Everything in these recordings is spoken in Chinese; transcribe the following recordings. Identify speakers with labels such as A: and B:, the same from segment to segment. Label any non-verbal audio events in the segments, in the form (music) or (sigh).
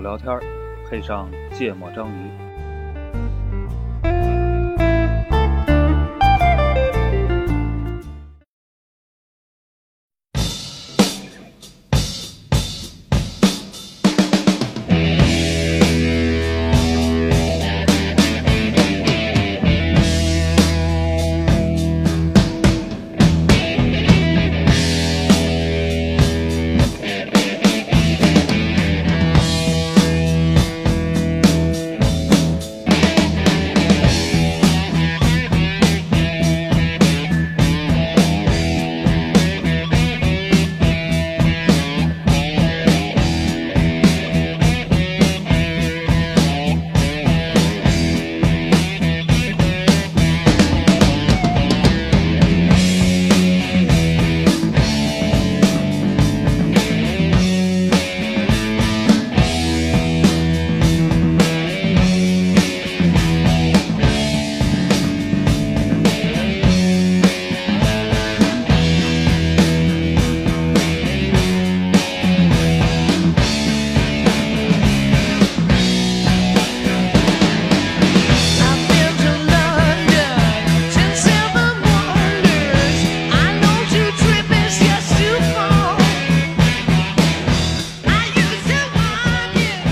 A: 聊天儿，配上芥末章鱼。
B: I've been to London, ten seven wonders. I know to trip is just too far. I used to walk it,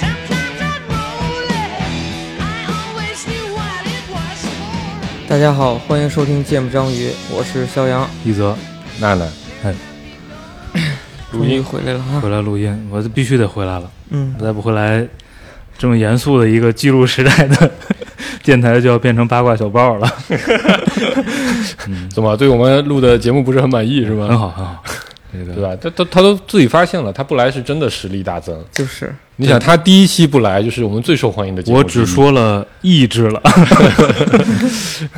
B: sometimes I'd roll it. I always knew what it was for.
C: 大家好，欢迎收听《芥末章鱼》，我是肖阳，
D: 一泽
E: 娜娜，
D: 录
C: 终于
D: 音
C: 回来了哈
D: 回。来录音，我必须得回来了，
C: 嗯，
D: 再不回来，这么严肃的一个记录时代的 (laughs) 电台就要变成八卦小报了。
E: 怎么对我们录的节目不是很满意是
D: (laughs) 很
E: 吗？
D: 好，很好，这
E: 对
D: 个
E: 吧？他他他都自己发现了，他不来是真的实力大增。
C: 就是
E: 你想，他第一期不来就是我们最受欢迎的节目
D: 我
E: 之一。
D: 只说了抑制 (laughs) 了，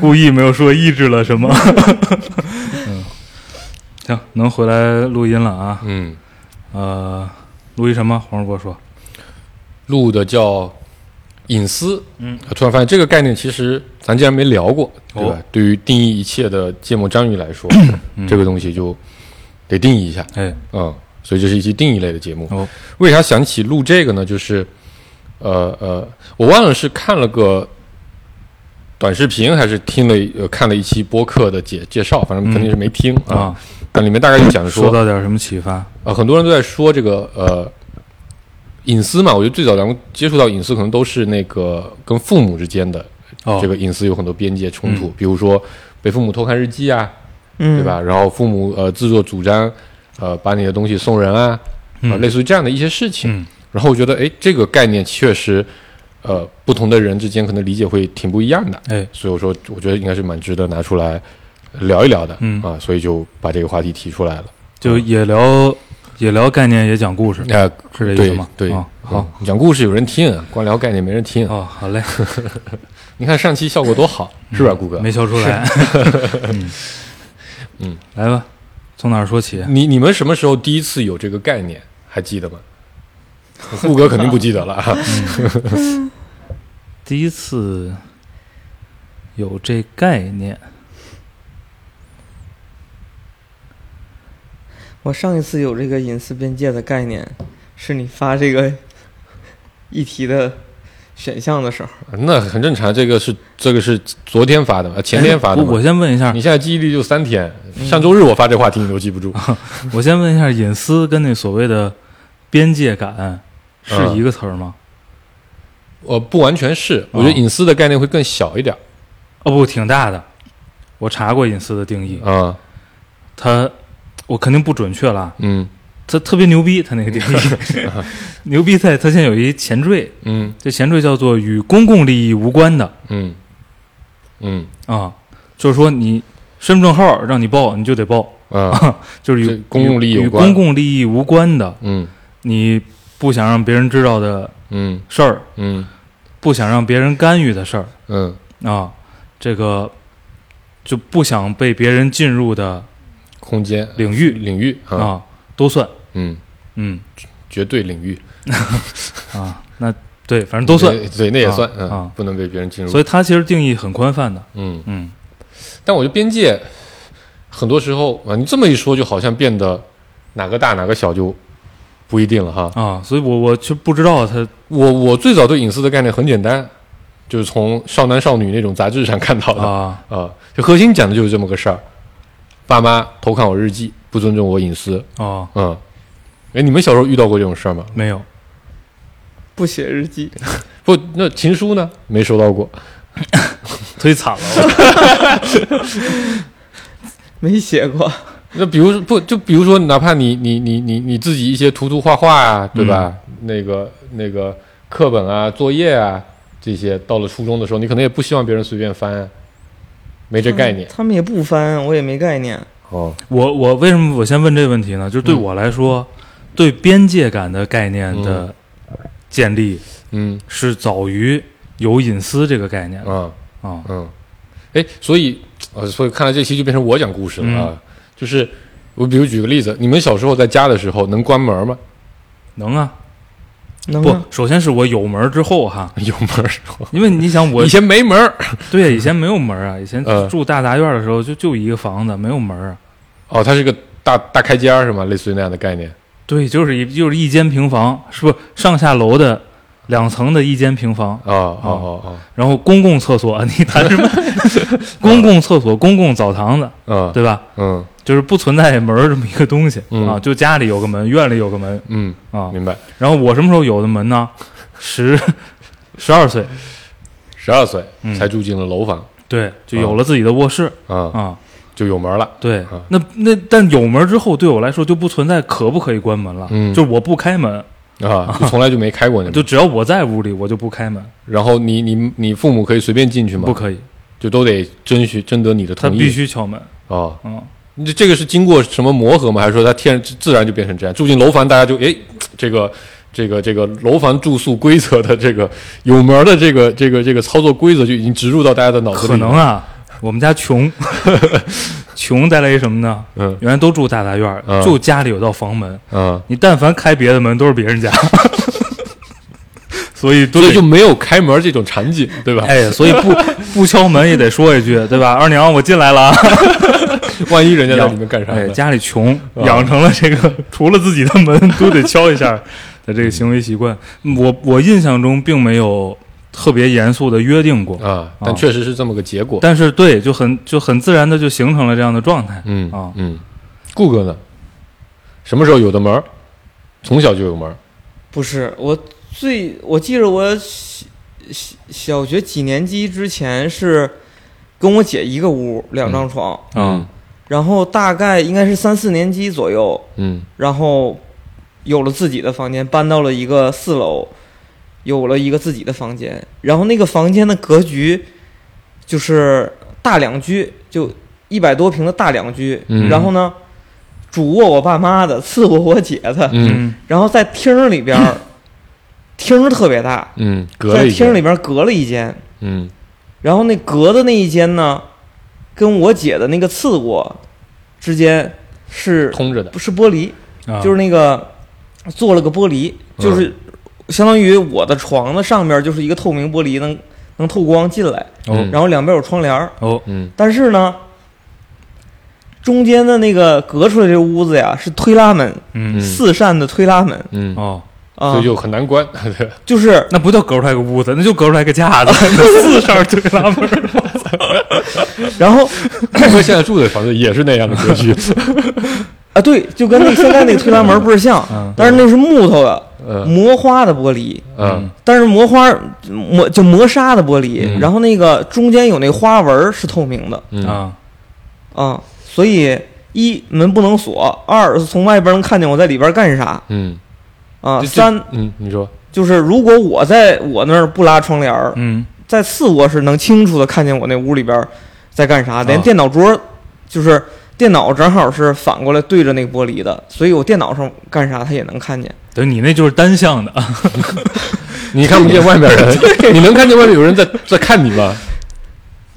D: 故意没有说抑制了什么。 (laughs) 嗯，行，能回来录音了啊。
E: 嗯，
D: 呃，录一什么？黄世波说，
E: 录的叫隐私。啊
D: 嗯，
E: 突然发现这个概念其实咱竟然没聊过，对吧？
D: 哦
E: 对于定义一切的芥末章鱼来说，
D: 嗯
E: 这个东西就得定义一下。
D: 哎，
E: 嗯，所以这是一期定义类的节目。
D: 哦
E: 为啥想起录这个呢？就是，呃呃，我忘了是看了个短视频，还是听了一呃看了一期播客的介介绍，反正肯定是没听、啊。
D: 啊，
E: 但里面大概就讲说，
D: 受到点什么启发？
E: 呃，很多人都在说这个呃隐私嘛。我觉得最早咱们接触到隐私，可能都是那个跟父母之间的、
D: 哦，
E: 这个啊隐私有很多边界冲突，比如说被父母偷看日记啊，
C: 嗯，
E: 对？吧？然后父母呃自作主张，呃把你的东西送人啊，啊、
D: 嗯
E: 类似于这样的一些事情。
D: 嗯
E: 然后我觉得，哎，这个概念确实，呃，不同的人之间可能理解会挺不一样的。
D: 哎，
E: 所以我说，我觉得应该是蛮值得拿出来聊一聊的。
D: 嗯
E: 啊，所以就把这个话题提出来了。
D: 就也聊也聊概念，也讲故事，
E: 那、
D: 呃是这意思
E: 对
D: 吗？
E: 对，
D: 啊好
E: 嗯，讲故事有人听，光聊概念没人听。
D: 哦，好嘞，
E: 你看上期效果多好，是吧，顾哥？
D: 嗯没笑出来。嗯
E: 嗯，
D: 来吧，从哪儿说起？
E: 你你们什么时候第一次有这个概念？还记得吗？ (laughs) 顾哥肯定不记得了啊。 (laughs)
D: 第一次有这概念，
C: 嗯我上一次有这个隐私边界的概念，是你发这个议题的选项的时候，
E: 那很正常，这个是这个是昨天发的嘛，呃前天发的
D: 哎我
E: 嘛。
D: 我先问一下
E: (laughs) 你，现在记忆力就三天，上周日我发这话题你都记不
D: (laughs)
E: 住。
D: 我先问一下，隐私跟那所谓的边界
E: 嗯
D: 感是一个词儿吗？
E: 呃，不完全是，
D: 啊
E: 我觉得隐私的概念会更小一点
D: 哦，不，挺大的。我查过隐私的定义，
E: 啊。
D: 它我肯定不准确了，
E: 嗯
D: 它特别牛逼，它那个定义
E: (laughs)
D: (laughs) 牛逼在它现在有一前缀，
E: 嗯
D: 这前缀叫做与公共利益无关的
E: 嗯嗯
D: 啊、就是说你身份证号让你报，你就得报，
E: 啊
D: 就是
E: 这
D: 与
E: 公共利益
D: 与与
E: 有关
D: 公共利益无关的，
E: 嗯
D: 你不想让别人知道的
E: 嗯
D: 事儿，
E: 嗯
D: 不想让别人干预的事儿
E: 嗯
D: 啊，这个就不想被别人进入的
E: 空间
D: 领域
E: 领域啊，
D: 啊，都算，
E: 嗯，
D: 嗯
E: 绝对领域
D: 啊，那对，反正都算，
E: 对对，那也算
D: 啊
E: 嗯
D: 啊，
E: 不能被别人进入。
D: 所以它其实定义很宽泛的，
E: 嗯，
D: 嗯，
E: 但我觉得边界很多时候啊，你这么一说，就好像变得哪个大哪个小就不一定了哈。
D: 啊，所以我我就不知道他
E: 我我最早对隐私的概念很简单，就是从少男少女那种杂志上看到的啊、
D: 啊
E: 就核心讲的就是这么个事儿。爸妈偷看我日记，不尊重我隐私，
D: 哦，
E: 嗯。哎，你们小时候遇到过这种事儿吗？
D: 没有
C: 不写日记，
E: 不，那情书呢？没收到过。
D: 忒惨了，我
C: 没写过。
E: 那比如说不，就比如说，哪怕你你你你你自己一些涂涂画画啊，对吧？那个那个课本啊、作业啊这些，到了初中的时候，你可能也不希望别人随便翻啊，没这概念、
C: 嗯他们也不翻，我也没概念。
E: 嗯哦。
D: 我我为什么我先问这个问题呢？就是对
E: 嗯
D: 我来说，对边界感的概念的建立
E: 嗯
D: 是早于有隐私这个概念的
E: 啊
D: 啊
E: 嗯，哎，所以呃，所以看来这期就变成我讲故事了
D: 嗯
E: 啊。就是我比如举个例子，你们小时候在家的时候能关门吗？ (laughs)
D: 能啊，
E: 嗯
C: 能
D: 不
C: 吗？，
D: 首先是我有门儿之后哈，
E: 有门儿，
D: 因为你想我
E: 以前没门儿。
D: 对以前没有门儿啊，以前
E: 呃
D: 住大杂院的时候就就一个房子没有门儿啊，
E: 哦，它是个大大开间儿是吗？类似于那样的概念。
D: 对，就是一就是一间平房，是不是上下楼的两层的一间平房，
E: 哦哦哦哦，
D: 然后公共厕所， (laughs) 你谈什
E: (laughs)
D: 么？公共厕所、公共澡堂子，
E: 嗯
D: 对吧？
E: 嗯
D: 就是不存在门儿这么一个东西、
E: 嗯
D: 啊，就家里有个门，院里有个门
E: 嗯，
D: 啊。
E: 明白。
D: 然后我什么时候有的门呢？ (laughs) 十十二岁，
E: 十二岁
D: 嗯
E: 才住进了楼房
D: 对，就有了自己的卧室
E: 啊、
D: 啊。
E: 就有门了。
D: 对
E: 啊，
D: 那那但有门之后，对我来说就不存在可不可以关门了，
E: 嗯
D: 就是我不开门，
E: 啊，就从来就没开过那
D: 就
E: 门。
D: 只要我在屋里，我就不开门，
E: 然后你你你父母可以随便进去吗？
D: 不，可以，
E: 就都得征询征得你的
D: 他
E: 嗯同意。
D: 必须敲门。
E: 哦，
D: 嗯，
E: 这这个是经过什么磨合吗？还是说他天然自然就变成这样？住进楼房，大家就诶，这个这个这个楼房住宿规则的这个有门儿的这个这个这个操作规则就已经植入到大家的脑子里。
D: 可能，啊，我们家穷， (laughs) 穷带来一什么呢？
E: 嗯
D: 原来都住大杂院儿，
E: 嗯
D: 就家里有道房门，
E: 嗯，
D: 你但凡开别的门，都是别人家，所以都
E: 所以
D: 得
E: 就没有开门这种场景，对吧？
D: 哎，所以不不敲门也得说一句，对吧？二娘，我进来了啊。
E: (laughs) 万一人家在里面干啥
D: 哎，
E: 呢？
D: 家里穷，
E: 啊
D: 养成了这个除了自己的门都得敲一下的这个行为习惯。嗯我我印象中并没有特别严肃的约定过，
E: 啊，但
D: 啊
E: 确实是这么个结果。
D: 但是对，就很就很自然的就形成了这样的状态。
E: 嗯
D: 啊
E: 嗯，顾哥呢？什么时候有的门儿？从小就有门儿。
C: 不是，我最我记着我小小小学几年级之前是跟我姐一个屋，两张床。
E: 嗯
D: 啊
C: 然后大概应该是三四年级左右，
E: 嗯
C: 然后有了自己的房间，搬到了一个四楼，有了一个自己的房间。然后那个房间的格局就是大两居，就一百多平的大两居。
E: 嗯
C: 然后呢，主卧我爸妈的，次卧我姐的，
E: 嗯
C: 然后在厅儿里边儿，
E: (coughs)
C: 厅儿特别大，
E: 嗯，隔了
C: 在
E: 一
C: 厅儿里
E: 间。
C: 边儿隔了一间。
E: 嗯
C: 然后那隔的那一间呢，跟我姐的那个次卧之间是
E: 通着的。
C: 不是玻璃，
E: 嗯
D: 啊
C: 就是那个做了个玻璃，就是相当于我的床的上面就是一个透明玻璃，能能透光进来，
D: 哦
E: 嗯
C: 然后两边有窗帘儿，
D: 哦
E: 嗯
C: 但是呢，中间的那个隔出来这屋子呀是推拉门，
D: 嗯
E: 嗯
C: 四扇的推拉门
E: 嗯，
D: 哦，
C: 啊，
E: 所以就很
D: (laughs)
E: 难关。对。
C: 就是
D: 那不叫隔出来个屋子，那就隔出来个架
E: (laughs)
D: 子，四扇推拉门儿。
C: 然后
E: 顾哥现在住的房子也是那样的格
D: (laughs)
E: 局。
C: 啊对，就跟那现在那个推拉门倍儿
E: (laughs)
C: 像
D: 嗯，
C: 但是那是木头的
E: 嗯
C: 磨花的玻璃。
E: 嗯
C: 但是磨花磨就磨砂的玻璃，
E: 嗯
C: 然后那个中间有那花纹儿是透明的
E: 嗯
D: 啊，
C: 啊，所以一门不能锁，二是从外边能看见我在里边干啥
E: 嗯，
C: 啊，
E: 这
C: 三
E: 嗯，你说
C: 就是如果我在我那儿不拉窗帘儿，
D: 嗯
C: 在次卧是能清楚的看见我那屋里边在干啥，连
D: 啊
C: 电脑桌就是电脑正好是反过来对着那个玻璃的，所以我电脑上干啥他也能看见。
D: 等于你那就是单向的，
E: (laughs) 你看不见外面
D: (laughs)
E: 人，你能看见外面有人在在看你吗？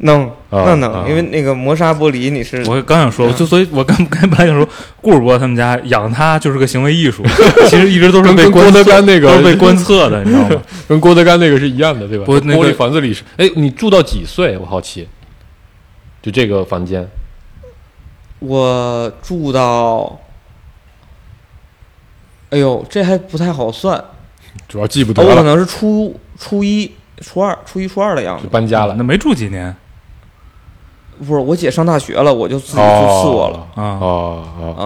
C: 能，那
E: 啊
C: 能，因为那个磨砂玻璃你是
D: 我刚想
E: 嗯
D: 说，就所以，我刚刚本来想说，顾主播他们家养他就是个行为艺
E: (laughs)
D: 术，其实一直都是被
E: 跟
D: 观
E: 跟郭德
D: 测，
E: 纲那个
D: 都
E: (laughs)
D: 是被观测的，你知道吗？
E: 跟郭德纲那个是一样的，对吧？
D: 不那个
E: 玻璃房子里是，哎，你住到几岁？我好奇。就这个房
D: 哦
E: 间，
C: 我住到哎呦，这还不太好算，
E: 主要记不得
C: 我可
E: 了，
C: 能是初初一、初二、初一、初二的样
E: 就
C: 子。
E: 搬家了
D: 那。没住几年
C: 不是，我姐上大学了，我就自己做次卧了、
D: 啊，
E: 哦哦
C: 啊。
E: 哦，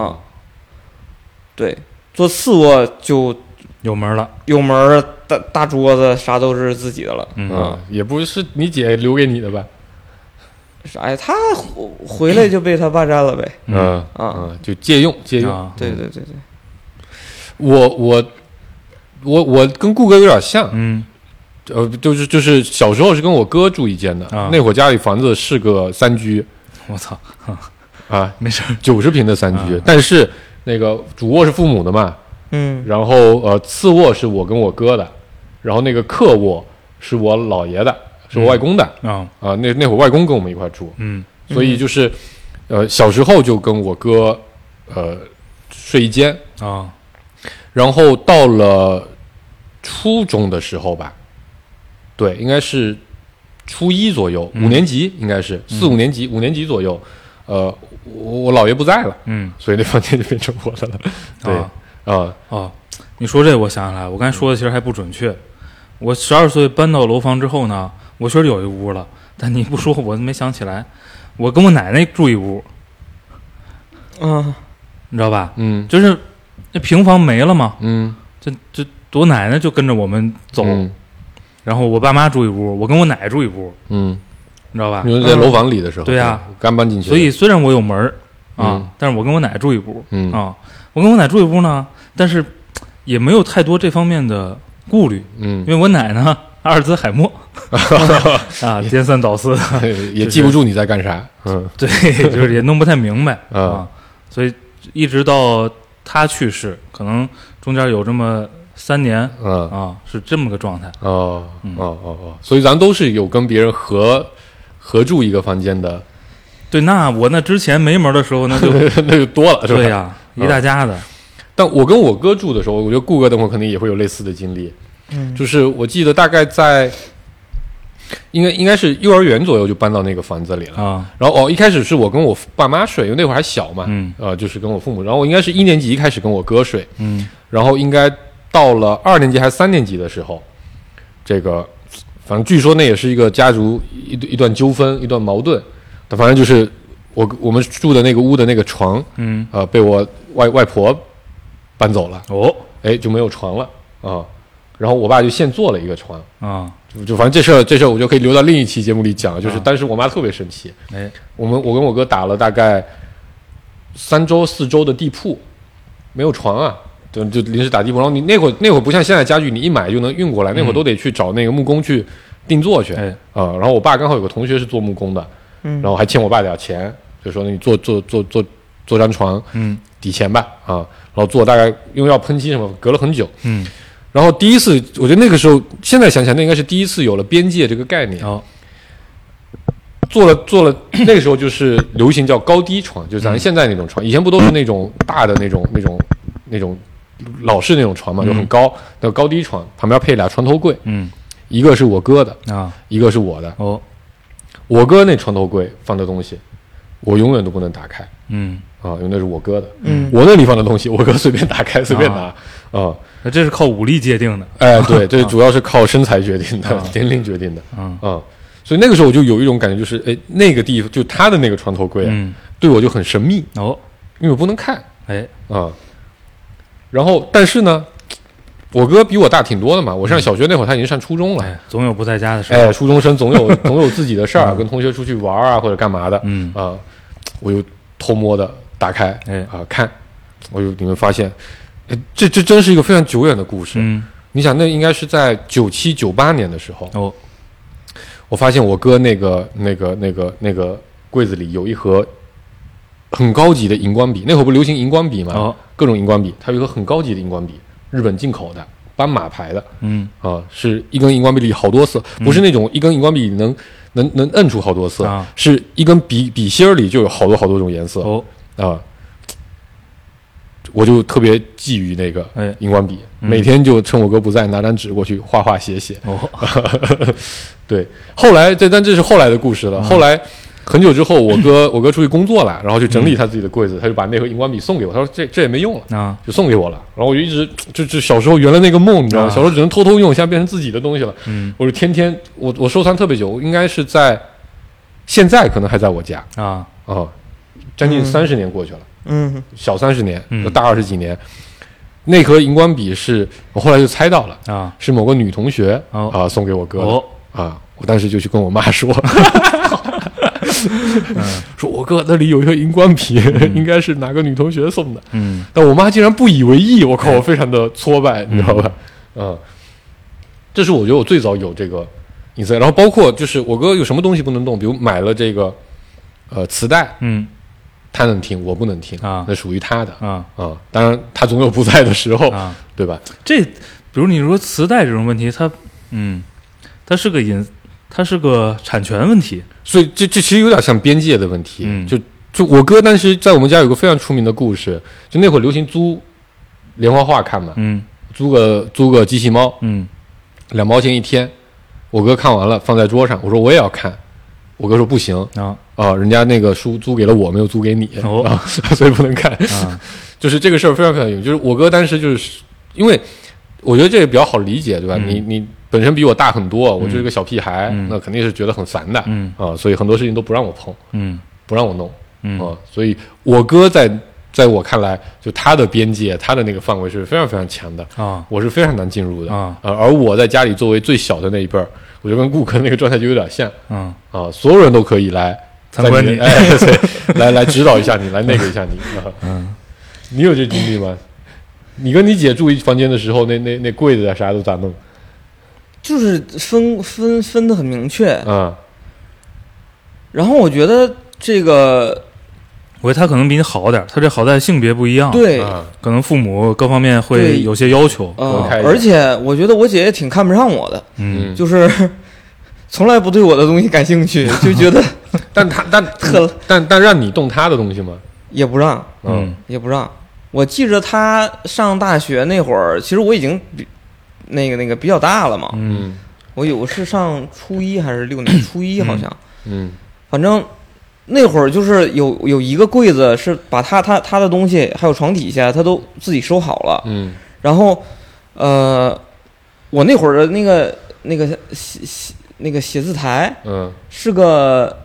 C: 对，做次卧就
D: 有门了。
C: 有门儿、大大桌子，啥都是自己的了。
D: 嗯
E: 嗯，也不是你姐留给你的吧？
C: 啥呀？她回哎回来就被她霸占了呗。
E: 嗯
C: 啊
E: 嗯，就借用借用。
D: 啊，
C: 对对对对，
E: 我我我我跟顾哥有点像，
D: 嗯
E: 呃，就是就是小时候是跟我哥住一间的，
D: 啊
E: 那会儿家里房子是个三居
D: 我操，
E: 啊，
D: 没事儿，
E: 九十平的三居，
D: 啊
E: 但是那个主卧是父母的嘛，
C: 嗯
E: 然后呃次卧是我跟我哥的，然后那个客卧是我姥爷的，是我外公的
D: 啊，
E: 啊、那那会儿外公跟我们一块儿住，
D: 嗯
E: 所以就是呃小时候就跟我哥呃睡一间，
D: 啊，
E: 然后到了初中的时候吧，对，应该是初一左右，
D: 嗯
E: 五年级应该是四五年级，五年级左右，呃，我我姥爷不在了，
D: 嗯
E: 所以那房间就变成我的
D: (laughs)
E: 了。对，
D: 啊
E: 啊、
D: 哦，你说这我想起来，我刚才说的其实还不准确。我十二岁搬到楼房之后呢，我确实有一屋了，但你不说我没想起来。我跟我奶奶住一屋，
C: 啊，
D: 你知道吧？
E: 嗯
D: 就是那平房没了嘛，
E: 嗯，
D: 这这我奶奶就跟着我们走，
E: 嗯
D: 然后我爸妈住一屋，我跟我奶住一屋，
E: 嗯，
D: 你知道吧？
E: 因为在楼房里的时候，
D: 啊对呀
E: 刚搬进去，
D: 所以虽然我有门儿啊，
E: 嗯
D: 但是我跟我奶住一屋
E: 嗯
D: 啊，我跟我奶住一屋呢，但是嘖也没有太多这方面的顾虑，
E: 嗯
D: (laughs) 因，
E: (laughs)
D: 为我奶呢阿尔兹海默啊，颠三倒
E: (laughs)
D: 四，
E: 也记不住你在干啥，嗯
D: 对，就是也弄不太明白
E: 啊
D: 啊，所以一直到她去世，可能中间有这么三年
E: 嗯。
D: 啊，嗯是这么个状态。
E: 哦哦哦哦，所以咱都是有跟别人合合住一个房间的， (laughs)
D: 对，那我那之前没门儿的时候，那就
E: 那就多 (laughs) 了，是啊吧？
D: 对呀、一大家子，
E: 但我跟我哥住的时候，我觉得顾哥等会儿肯定也会有类似的经历。
C: 嗯
E: 就是我记得大概在，应该应该是幼儿园左右就搬到那个房子里了。
D: 啊，
E: 然后哦，一开始是我跟我爸妈睡，因为那会儿还小嘛，
D: 嗯
E: 呃，就是跟我父母。然后我应该是一年级开始跟我哥睡，
D: 嗯
E: 然后应该到了二年级还是三年级的时候，这个反正据说那也是一个家族一一段纠纷，一段矛盾。但反正就是我我们住的那个屋的那个床，
D: 嗯，
E: 呃，被我外外婆搬走了，
D: 哦
E: 哎，就没有床了啊、然后我爸就现做了一个床，
D: 啊，
E: 就就反正这事儿这事儿我就可以留到另一期节目里讲，就是当时我妈特别生气，
D: 哎，
E: 我们我跟我哥打了大概三周四周的地铺，没有床啊。就就临时打地铺，然后你那会儿那会儿不像现在家具，你一买就能运过来，那会儿都得去找那个木工去定做去啊、
D: 嗯哎
E: 然后我爸刚好有个同学是做木工的，
C: 嗯
E: 然后还欠我爸点儿钱，就说你做做做做做张床，
D: 嗯
E: 底钱吧，啊，然后做大概因为要喷漆什么，隔了很久。
D: 嗯，
E: 然后第一次，我觉得那个时候，现在想起来，那应该是第一次有了边界这个概念。
D: 哦，
E: 做了做了，那个时候就是流行叫高低床，就
D: 嗯
E: 咱现在那种床，以前不都是那种大的那种那种那种老式那种床嘛，就很高，那个高低床旁边配俩床头柜，
D: 嗯
E: 一个是我哥的，
D: 啊，
E: 一个是我的。
D: 哦，
E: 我哥那床头柜放的东西，我永远都不能打开
D: 嗯，
E: 啊，因为那是我哥的。
C: 嗯
E: 我那里放的东西，我哥随便打开随便拿啊。
D: 那这是靠武力界定的，
E: 哎，对，这主要是靠身材决定的
D: 啊，
E: (laughs) 年龄决定的
D: 嗯
E: 啊。所以那个时候我就有一种感觉，就是哎，那个地方就他的那个床头柜啊，
D: 嗯，
E: 对我就很神秘，
D: 哦，
E: 因为我不能看
D: 哎，
E: 啊。然后，但是呢，我哥比我大挺多的嘛，我上小学那会儿他已经上初中
D: 嗯
E: 了，
D: 哎，嗯总有不在家的时候，
E: 哎，初中生总有
D: (laughs)
E: 总有自己的事儿，跟同学出去玩儿啊或者干嘛的，
D: 嗯
E: 啊，我就偷摸的打开，
D: 哎
E: 啊看，我就你会发现，哎，这这真是一个非常久远的故事，
D: 嗯，
E: 你想，那应该是在九七九八年的时候，
D: 哦，
E: 我发现我哥那个那个那个那个柜子里有一盒很高级的荧光笔，那会儿不流行荧光笔吗？
D: 哦
E: 各种荧光笔，它有一个很高级的荧光笔，日本进口的，斑马牌的
D: 嗯
E: 啊，是一根荧光笔里好多色，不是那种一根荧光笔能能能摁出好多色，
D: 啊
E: 是一根笔笔芯儿里就有好多好多种颜色
D: 哦，
E: 啊。我就特别觊觎那个
D: 哎
E: 荧光笔，每天就趁我哥不在拿张纸过去画 (laughs) 画写写。
D: 哦，嗯
E: 对，后来这但这是后来的故事了。后来很久之后，我哥我哥出去工作了，然后就整理他自己的柜子，他就把那个荧光笔送给我，他说这这也没用了。
D: 啊，
E: 就送给我了，然后我就一直就就小时候原来那个梦，你知道
D: 啊
E: 吗？小时候只能偷偷用，现在变成自己的东西了。
D: 嗯
E: 我就天天我我收藏特别久，我应该是在现在可能还在我家
D: 啊，
E: 啊、将近
C: 嗯
E: 三十年过去了，
C: 嗯
E: 小三十年
D: 嗯，
E: 大二十几年。那颗荧光笔是我后来就猜到了，
D: 啊，
E: 是某个女同学啊、
D: 哦
E: 送给我哥的啊、
D: 哦，
E: 我当时就去跟我妈
D: (laughs)
E: 说，
D: 嗯
E: (laughs) 说我哥那里有一个荧光笔，应该是哪个女同学送的。
D: 嗯，
E: 但我妈竟然不以为意，我靠，我非常的挫败，你知道吧？嗯，这是我觉得我最早有这个 i n 然后包括就是我哥有什么东西不能动，比如买了这个呃磁带，
D: 嗯，
E: 他能听，我不能听
D: 啊
E: 那属于他的啊、
D: 啊
E: 当然他总有不在的时候，
D: 啊，
E: 对吧？
D: 这比如你说磁带这种问题，它，嗯，它是个隐，它是个产权问题，
E: 所以这这其实有点像边界的问题，
D: 嗯
E: 就就我哥当时在我们家有个非常出名的故事，就那会儿流行租连环画看嘛，
D: 嗯
E: 租个租个机器猫，
D: 嗯
E: 两毛钱一天。我哥看完了，放在桌上，我说我也要看。我哥说不行
D: 啊
E: 啊，人家那个书租给了我，没有租给你、
D: 哦
E: 啊， (laughs) 所以不能看。
D: 啊
E: 就是这个事儿非常非常有，就是我哥当时就是因为我觉得这个比较好理解，对吧？你你本身比我大很多，我就是个小屁孩，
D: 嗯
E: 那肯定是觉得很烦的、
D: 嗯
E: 啊，所以很多事情都不让我碰，
D: 嗯
E: 不让我弄
D: 嗯
E: 啊，所以我哥在在我看来，就他的边界，他的那个范围是非常非常强的。
D: 啊
E: 我是非常难进入的
D: 啊
E: 呃而我在家里作为最小的那一辈儿，我就跟顾客那个状态就有点像
D: 啊
E: 啊，所有人都可以来
D: 参观
E: 在
D: 你
E: 哎，对，来来指导一下你，来那个一下你，嗯，你有这经历吗？你跟你姐住一房间的时候，那那那柜子啊啥都咋弄
C: 就是分分分的很明确。
E: 啊？
C: 然后我觉得这个
D: 我觉得他可能比你好点儿，他这好在性别不一样，，
C: 对，
E: 啊，
D: 可能父母各方面会
C: 对
D: 有些要求，
C: 呃
E: 隔开一，点
C: 而且我觉得我姐也挺看不上我的，
D: 嗯，
C: 就是 (laughs) 从来不对我的东西感兴趣，就觉
D: (laughs)
C: 得
E: 但他但
C: 特
E: 但但让你动他的东西吗？
C: 也不让，
D: 嗯
C: 也不让。我记着她上大学那会儿，其实我已经比那个那个比较大了嘛，
D: 嗯
E: 嗯
C: 我有是上初一还是六年初一好像，
E: 嗯
C: 反正那会儿就是有有一个柜子是把她她她的东西还有床底下她都自己收好了，
E: 嗯
C: 然后，呃，我那会儿的那个那个写写那个写字台
E: 嗯
C: 是个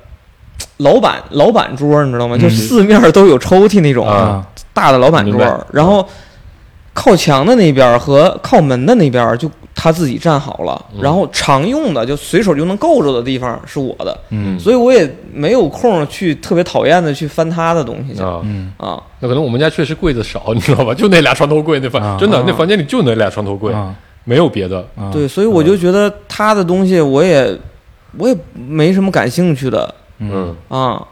C: 老板老板桌，你知道吗？
D: 嗯
C: 就四面都有抽屉那种、
E: 啊
D: 啊
C: 大的老板桌
E: 明白。
C: 然后靠墙的那边儿和靠门的那边儿就他自己占好了，
E: 嗯
C: 然后常用的就随手就能够着的地方是我的，
D: 嗯
C: 所以我也没有空去特别讨厌的去翻他的东西去啊。
E: 啊。
D: 嗯
E: 那可能我们家确实柜子少，你知道吧？就那俩床头柜，那
D: 啊
E: 房真的
C: 啊
E: 那房间里就那俩床头柜，
D: 啊
E: 没有别的。
D: 啊
C: 对，所以我就觉得他的东西我也我也没什么感兴趣的
D: 嗯
C: 啊，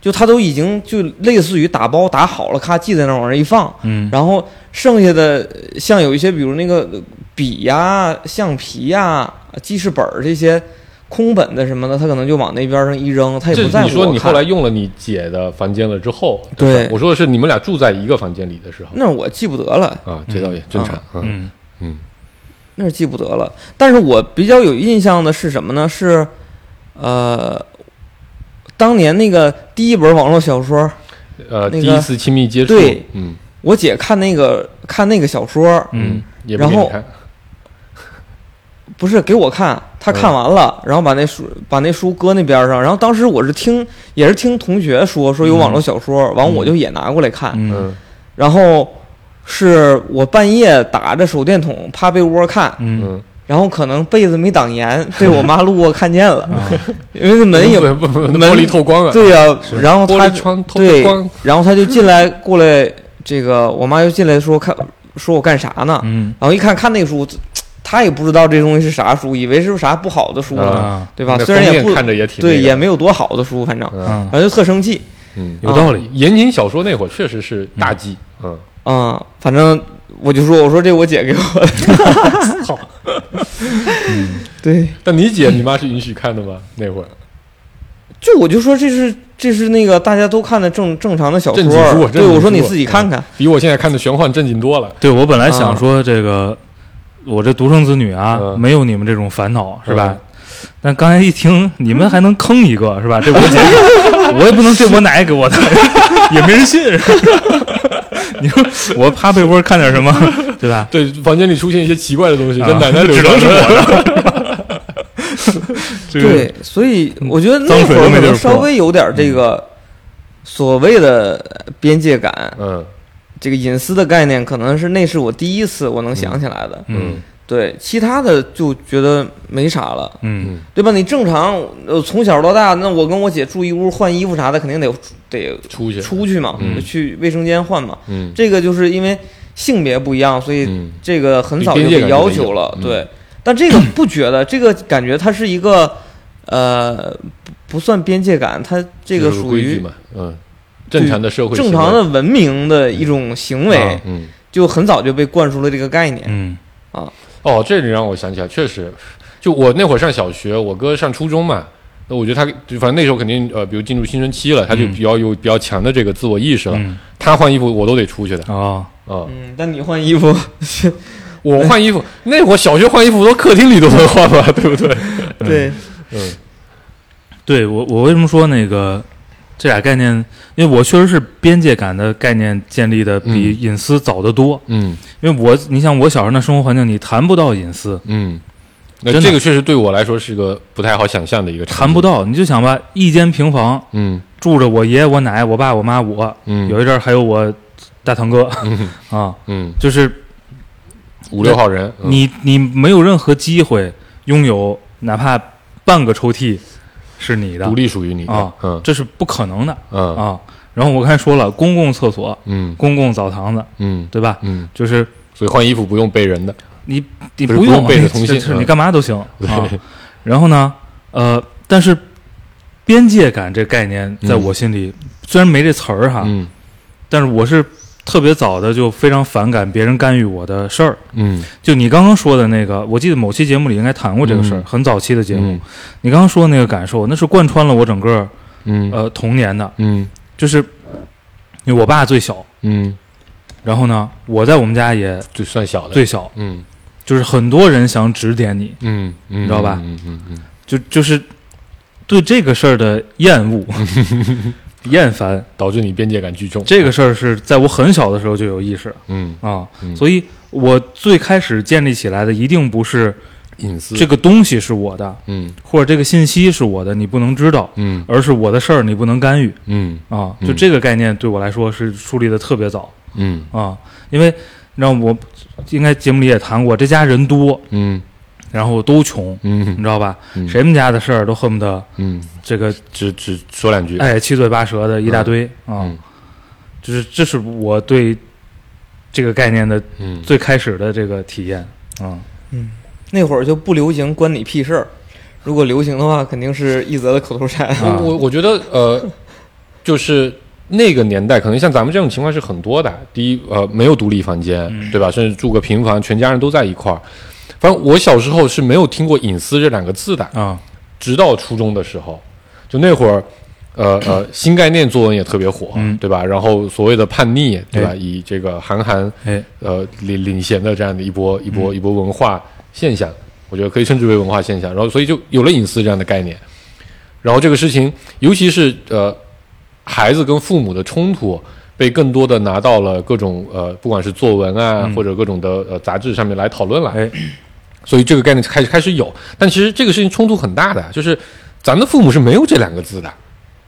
C: 就他都已经就类似于打包打好了，咔系在那儿往那儿一放，
D: 嗯
C: 然后剩下的呃像有一些比如那个呃笔呀、橡皮呀、记事本儿这些空本的什么的，他可能就往那边儿上一扔，他也
E: 这
C: 不在乎
E: 你说
C: 我
E: 你
C: 看
E: 后来用了你姐的房间了之后，
C: 对
E: 我说的是你们俩住在一个房间里的时候
C: 那我记不得了，
E: 啊，这倒也正常。嗯
D: 嗯
E: 嗯
C: 那是记不得了。但是我比较有印象的是什么呢？是，呃，当年那个第一本网络小说，
E: 呃，
C: 那个
E: 第一次亲密接触
C: 对，
E: 嗯
C: 我姐看那个看那个小说，
D: 嗯，
E: 也不给
C: 然
E: 你
C: 后
E: 看
C: 不是给我看，她看完了，
D: 嗯
C: 然后把那书把那书搁那边上，然后当时我是听也是听同学说说有网络小说，完我就也拿过来看，
D: 嗯
E: 嗯
C: 然后是我半夜打着手电筒趴被窝看，
D: 嗯
E: 嗯，
C: 然后可能被子没挡严，被我妈路过看见了，
D: 嗯
C: (laughs) 因为那门也
E: 不不不，
C: 门
E: 玻璃透光啊，
C: 对呀、然后
E: 玻
C: 他
E: 璃窗透着
C: 对
E: 光，
C: 然后他就进来过来，这个我妈就进来说看，说我干啥呢？
D: 嗯
C: 然后一看看那个书，他也不知道这东西是啥书，以为是不是啥不好的书呢，
D: 啊
C: 对吧？
E: 那
C: 虽然
E: 封
C: 也
E: 面
C: 不
E: 看着也挺
C: 对，
E: 那个
C: 也没有多好的书，反正
D: 啊
E: 呃
C: 反，正就特生气
E: 嗯
D: 有道理，
E: 言情小说那会儿确实是大忌，嗯，
C: 啊、反正我就说我说这我姐给我的， (laughs)
E: 好，
C: 对，
E: 但你姐你妈是允许看的吗？那会儿
C: 就我就说这是这是那个大家都看的正正常的小
E: 正经书啊
C: 说，
E: 正经
C: 对我说
E: 书嗯
C: 你自己看看，
E: 比我现在看的玄幻正经多了，
D: 对我本来想说这个，我这独生子女啊，
E: 嗯
D: 没有你们这种烦恼是吧？
E: 嗯
D: 但刚才一听你们还能坑一个是吧？这我解释，我也不能这波奶给我的， (laughs) 也没人信。 (laughs) 是吧你说我趴被窝看点什么，对吧？
E: 对，房间里出现一些奇怪的东西，
D: 啊
E: 跟奶奶留
D: 只
E: 下
D: 能是
E: 的
D: 我的。这个
C: 对，所以我觉得那
D: 脏
C: 会
D: 水
C: 儿
D: 都没
C: 可
D: 地儿
C: 能
D: 泼嗯
C: 稍微有点这个所谓的边界感，
E: 嗯
C: 这个隐私的概念，可能是那是我第一次我能想起来的。
D: 嗯
C: 对，其他的就觉得没啥了，
D: 嗯
C: 对吧？你正常，呃，从小到大，那我跟我姐住一屋，换衣服啥的，肯定得得
E: 出去，
C: 出去嘛，
E: 嗯
C: 去卫生间换嘛。
E: 嗯，
C: 这个就是因为性别不一样，所以
E: 嗯
C: 这个很早
E: 对
C: 就
E: 边界
C: 被
E: 感
C: 要
E: 就没有
C: 求了。
E: 嗯
C: 对，但这个不觉得，这个感觉它是一个，呃，不不算边界感，它这个
E: 就是
C: 属
E: 规矩
C: 于
E: 嘛，嗯，正常的社会，
C: 正常的，文明的一种行为
D: 啊，
E: 嗯，
C: 就很早就被灌输了这个概念。
D: 嗯
E: 哦，这你让我想起来，确实，就我那会儿上小学，我哥上初中嘛。那我觉得他，就反正那时候肯定，呃，比如进入青春期了，他就
D: 嗯
E: 比较有比较强的这个自我意识了。
D: 嗯
E: 他换衣服我都得出去的
D: 哦，
E: 啊、
C: 嗯，但你换衣服，
E: 我换衣服，那我小学换衣服都客厅里都能换吧，对不
D: (laughs)
E: 对？
C: 对，
E: 嗯
D: 对我我为什么说那个这俩概念？因为我确实是边界感的概念建立的比
E: 嗯
D: 隐私早得多。
E: 嗯
D: 因为我你像我小时候那生活环境，你谈不到隐私，
E: 嗯，那
D: 真的
E: 这个确实对我来说是个不太好想象的一个场景
D: 谈不。到。你就想吧，一间平房，
E: 嗯
D: 住着我爷、我奶、我爸、我妈、我，
E: 嗯，
D: 有一阵儿还有我大堂哥
E: 嗯
D: (laughs) 啊，
E: 嗯
D: 就是
E: 五六号人，嗯
D: 你你没有任何机会拥有哪怕半个抽屉是你的
E: 独，立属于你的
D: 啊
E: 嗯
D: 这是不可能的
E: 嗯
D: 啊。然后我刚才说了，公共厕所、
E: 嗯
D: 公共澡堂子，
E: 嗯
D: 对吧？
E: 嗯，
D: 就是
E: 所以换衣服不用背人的，
D: 你你
E: 不是
D: 不用
E: 不用背着
D: 你
E: 同
D: 这
E: 心
D: 是
E: 嗯
D: 你干嘛都
E: (laughs)
D: 行
E: 对
D: 啊。然后呢，呃，但是边界感这概念在我心里、虽然没这词儿哈，
E: 嗯
D: 但是我是特别早的就非常反感别人干预我的事儿。
E: 嗯
D: 就你刚刚说的那个，我记得某期节目里应该谈过这个事儿，
E: 嗯
D: 很早期的节目。
E: 嗯
D: 你刚刚说的那个感受，那是贯穿了我整个
E: 嗯
D: 呃童年的，
E: 嗯
D: 就是因为我爸最小，
E: 嗯，
D: 然后呢，我在我们家也
E: 最算小的，
D: 最小，
E: 嗯
D: 就是很多人想指点你，
E: 嗯嗯，
D: 知道吧
E: 嗯嗯嗯
D: 就就是对这个事儿的厌
E: (laughs)
D: 恶、厌烦。
E: 嗯，导致你边界感巨重，
D: 这个事儿是在我很小的时候就有意识
E: 嗯
D: 啊，
E: 嗯
D: 所以我最开始建立起来的一定不是
E: 隐私
D: 这个东西是我的，
E: 嗯
D: 或者这个信息是我的，你不能知道，
E: 嗯
D: 而是我的事儿你不能干预
E: 嗯
D: 啊。
E: 嗯
D: 就这个概念对我来说是树立的特别早
E: 嗯
D: 啊，因为让我应该节目里也谈过，这家人多，
E: 嗯
D: 然后都穷，你
E: 嗯
D: 知道吧？
E: 嗯
D: 谁们家的事儿都恨不得
E: 嗯，
D: 这个
E: 只只说两句，
D: 哎七嘴八舌的一大堆啊
E: 嗯，
D: 就是这是我对这个概念的
E: 嗯，
D: 最开始的这个体验啊。
C: 那会儿就不流行关你屁事儿，如果流行的话，肯定是一泽的口头禅。
E: 我我我觉得呃，就是那个年代，可能像咱们这种情况是很多的。第一，呃，没有独立房间，对吧？甚至住个平房，全家人都在一块儿。反正我小时候是没有听过“隐私”这两个字的，
D: 啊，
E: 直到初中的时候，就那会儿，呃呃，新概念作文也特别火，
D: 嗯
E: 对吧？然后所谓的叛逆，对吧？
D: 哎
E: 以这个韩寒
D: 哎，
E: 呃领领衔的这样的一波一
D: 嗯
E: 波一波文化现象，我觉得可以称之为文化现象。然后所以就有了隐私这样的概念。然后这个事情，尤其是呃孩子跟父母的冲突，被更多的拿到了各种呃不管是作文啊、或者各种的呃杂志上面来讨论来。
D: 嗯哎
E: (clears throat) 所以这个概念开始开始有，但其实这个事情冲突很大的，就是咱的父母是没有这两个字的。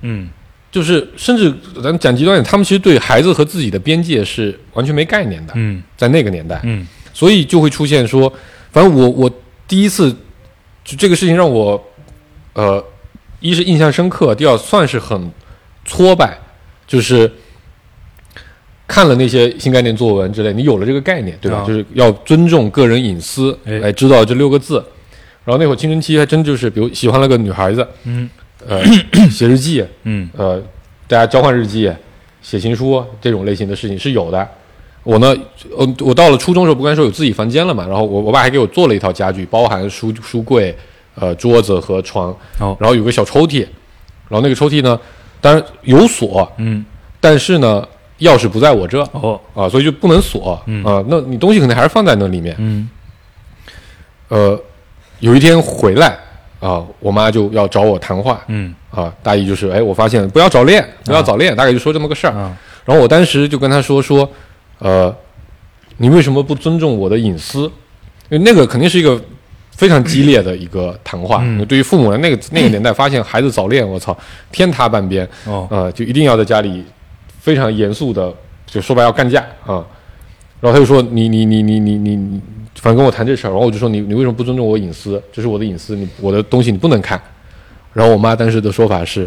D: 嗯，
E: 就是，甚至咱们讲极端点，他们其实对孩子和自己的边界是完全没概念的，
D: 嗯，
E: 在那个年代，
D: 嗯，
E: 所以就会出现说，反正我我第一次就这个事情让我呃，一是印象深刻，第二算是很挫败，就是看了那些新概念作文之类，你有了这个概念，对吧？
D: 啊
E: 就是要尊重个人隐私，
D: 哎
E: 哎，知道这六个字。然后那会儿青春期还真就是，比如喜欢了个女孩子，
D: 嗯，
E: 呃， (clears throat) 写日记，
D: 嗯，
E: 呃，大家交换日记、写情书这种类型的事情是有的。我呢，呃，我到了初中的时候，不跟你说有自己房间了嘛，然后我我爸还给我做了一套家具，包含书书柜、呃桌子和床，
D: 哦
E: 然后有个小抽屉，然后那个抽屉呢，当然有锁，
D: 嗯，
E: 但是呢，钥匙不在我这啊、
D: 哦，
E: 所以就不能锁啊、
D: 嗯
E: 那你东西肯定还是放在那里面。
D: 嗯，
E: 呃，有一天回来啊、啊、我妈就要找我谈话
D: 嗯
E: 啊，大意就是，哎，我发现不要早恋，不要早恋，大概就说这么个事儿。
D: 啊
E: 然后我当时就跟他说说，呃，你为什么不尊重我的隐私？因为那个肯定是一个非常激烈的一个谈话。
D: 嗯
E: 对于父母的那个那个年代，发现孩子早恋，我操，天塌半边，
D: 哦
E: 呃，就一定要在家里非常严肃的，就说白要干架啊。然后他就说你你你你你你你，反正跟我谈这事儿。然后我就说你你为什么不尊重我隐私？这是我的隐私，你我的东西你不能看。然后我妈当时的说法是，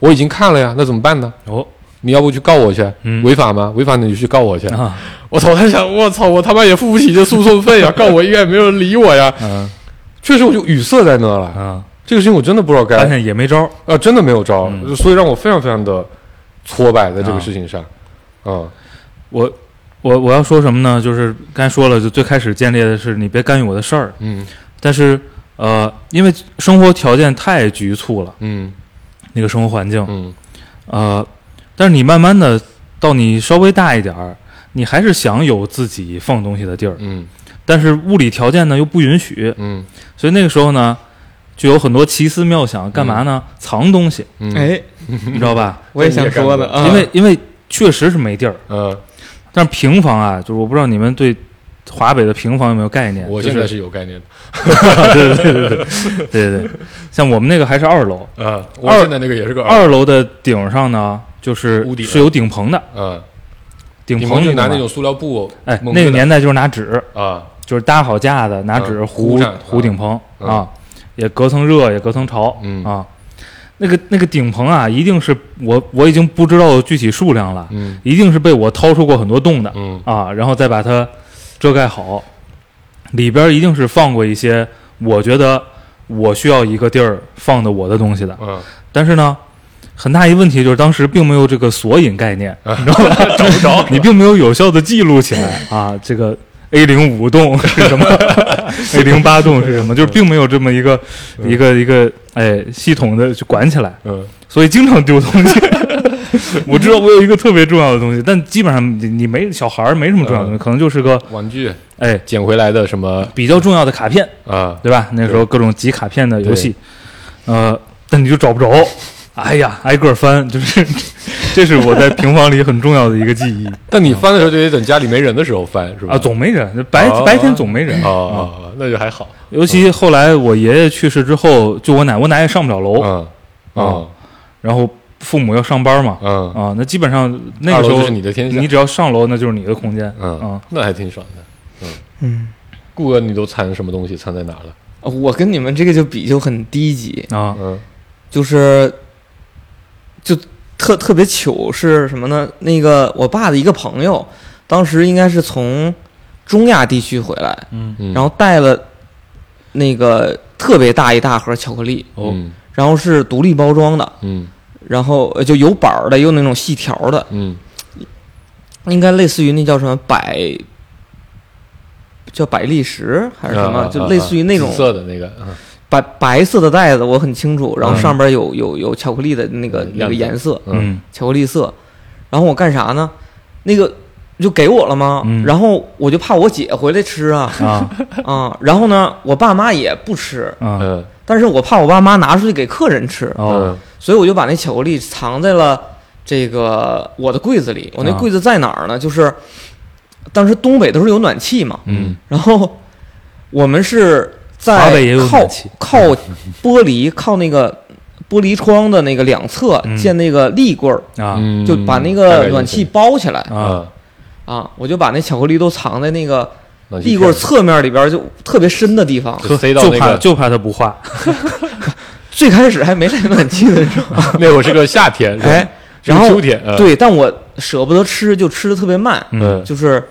E: 我已经看了呀，那怎么办呢？
D: 哦
E: 你要不去告我去？
D: 嗯
E: 违法吗？违法你就去告我去。
D: 啊
E: 我操！我在想，我操，我他妈也付不起这诉讼费呀，告我医院没有人理我呀。
D: 嗯
E: 确实，我就语塞在那儿了。
D: 啊，
E: 这个事情我真的不知道
D: 发
E: 该，
D: 现也没招儿，
E: 啊，真的没有招儿，
D: 嗯
E: 所以让我非常非常的挫败在这个事情上。啊，
D: 我。我我要说什么呢？就是刚才说了，就最开始建立的是你别干预我的事儿，
E: 嗯
D: 但是呃，因为生活条件太局促了，
E: 嗯
D: 那个生活环境，
E: 嗯
D: 呃，但是你慢慢的到你稍微大一点儿，你还是想有自己放东西的地儿，
E: 嗯
D: 但是物理条件呢又不允许，
E: 嗯
D: 所以那个时候呢，就有很多奇思妙想，干嘛呢？藏东
E: (laughs)
D: 西，
E: 嗯，，
C: 哎，
D: 你知道吧？
C: 我也想说呢啊，
D: 因为因为确实是没地儿，
E: 呃，
D: 但是平房啊，就是我不知道你们对华北的平房有没有概念？
E: 我
D: 就
E: 现在
D: 是
E: 是有概念
D: (laughs) 对对对对对对对，像我们那个还是二楼，
E: 的。啊，我
D: 二
E: 现在那个也是个二，
D: 二楼的顶上呢，就是
E: 屋顶
D: 是有顶棚的，
E: 嗯，
D: 顶
E: 你
D: 棚
E: 们就
D: 你
E: 拿
D: 懂
E: 那
D: 吗
E: 种塑料布
D: 哎，
E: 蒙
D: 那个
E: 着的
D: 年代就是拿纸，
E: 啊，
D: 就是搭好架子，拿纸
E: 嗯
D: 糊
E: 糊上
D: 糊顶棚
E: 嗯
D: 啊，也隔层热，也隔层潮
E: 嗯
D: 啊。那个那个顶棚啊，一定是我我已经不知道具体数量了，
E: 嗯
D: 一定是被我掏出过很多洞的
E: 嗯
D: 啊，然后再把它遮盖好。里边一定是放过一些我觉得我需要一个地儿放的我的东西的，
E: 嗯，
D: 但是呢，很大一问题就是当时并没有这个索引概念，你知道吧？啊 (laughs) 找不着，你并没有有效的记录起来啊。这个 A 零五栋是 (laughs) 什么？A 零八栋是什么？就是并没有这么一个一个一个哎系统的去管起来，
E: 嗯
D: 所以经常丢东 (laughs) 西。我知道我有一个特别重要的东西，但基本上你你没小孩儿没什么重要的东西，可能就是个
E: (laughs) 玩具
D: 哎
E: 捡回来的什么
D: 比较重要的卡片，
E: 啊，
D: 对吧？那时候各种集卡片的游戏，呃，但你就找不着，哎呀，挨个翻，就是这是我在平房里很重要的一个记忆
E: 但你翻的时候就得等家里没人的时候翻，是吧？
D: 嗯啊，总没人，白、
E: 哦
D: 白天总没人嗯
E: 哦，哦，哦那就还好。
D: 尤其后来我爷爷去世之后，就我奶，我奶也上不了楼，
E: 嗯
D: 哦然后父母要上班嘛，
E: 嗯嗯
D: 啊，那基本上那
E: 二
D: 个时
E: 楼
D: 候
E: 就是你的天下
D: 你只要上楼，那就是你的空间，
E: 嗯
D: 啊，，
E: 那还挺爽的。
C: 嗯，
E: 顾哥，你都藏什么东西？藏在哪儿了？
C: 我跟你们这个就比就很低级，
D: 啊，
E: 嗯
C: 就是就特特别糗是什么呢？那个我爸的一个朋友，当时应该是从中亚地区回来，
D: 嗯，
E: 嗯，
C: 然后带了那个特别大一大盒巧克力，
D: 哦，
E: 嗯
C: 然后是独立包装的，
E: 嗯
C: 然后呃就有板儿的，有那种细条的，
E: 嗯
C: 应该类似于那叫什么百，叫百利石还是什么，
E: 啊
C: 就类似于那种
E: 紫色的那个，啊
C: 白白色的袋子，我很清楚，然后
D: 嗯
C: 上边有有有巧克力的那个那
E: 样
C: 个
E: 子
C: 颜色，
E: 嗯
D: 嗯
C: 巧克力色。然后我干啥呢？那个就给我了吗？
D: 嗯
C: 然后我就怕我姐回来吃啊
D: (laughs) 啊
C: 啊、然后呢，我爸妈也不吃，
D: 啊
E: 嗯
C: 但是我怕我爸妈拿出去给客人吃，
D: 哦
C: 所以我就把那巧克力藏在了这个我的柜子里。我那
D: 啊
C: 柜子在哪儿呢？就是当时东北都是有暖气嘛，
D: 嗯
C: 然后我们是
D: 华
C: 在
D: 北也有
C: 靠
D: 暖气
C: 靠玻璃靠那个玻璃窗的那个两侧
D: 嗯
C: 建那个立柜儿，
D: 啊
E: 嗯
C: 就把那个暖气包起来
D: 啊
E: 啊
C: 啊。我就把那巧克力都藏在那个
E: 暖气
C: 立
E: 片
C: 柜侧面里边儿，就特别深的地方。
E: 就塞到
D: 就
E: 那
D: 怕
E: 个，
D: 就怕它不化，
C: 最开始还没来暖气的
E: (laughs)
C: 时候，
E: 那会儿是个夏天，是吧
C: 哎，
E: 是
C: 然后
E: 秋天，嗯，
C: 对，但我舍不得吃，就吃的特别慢，
E: 嗯，
C: 就是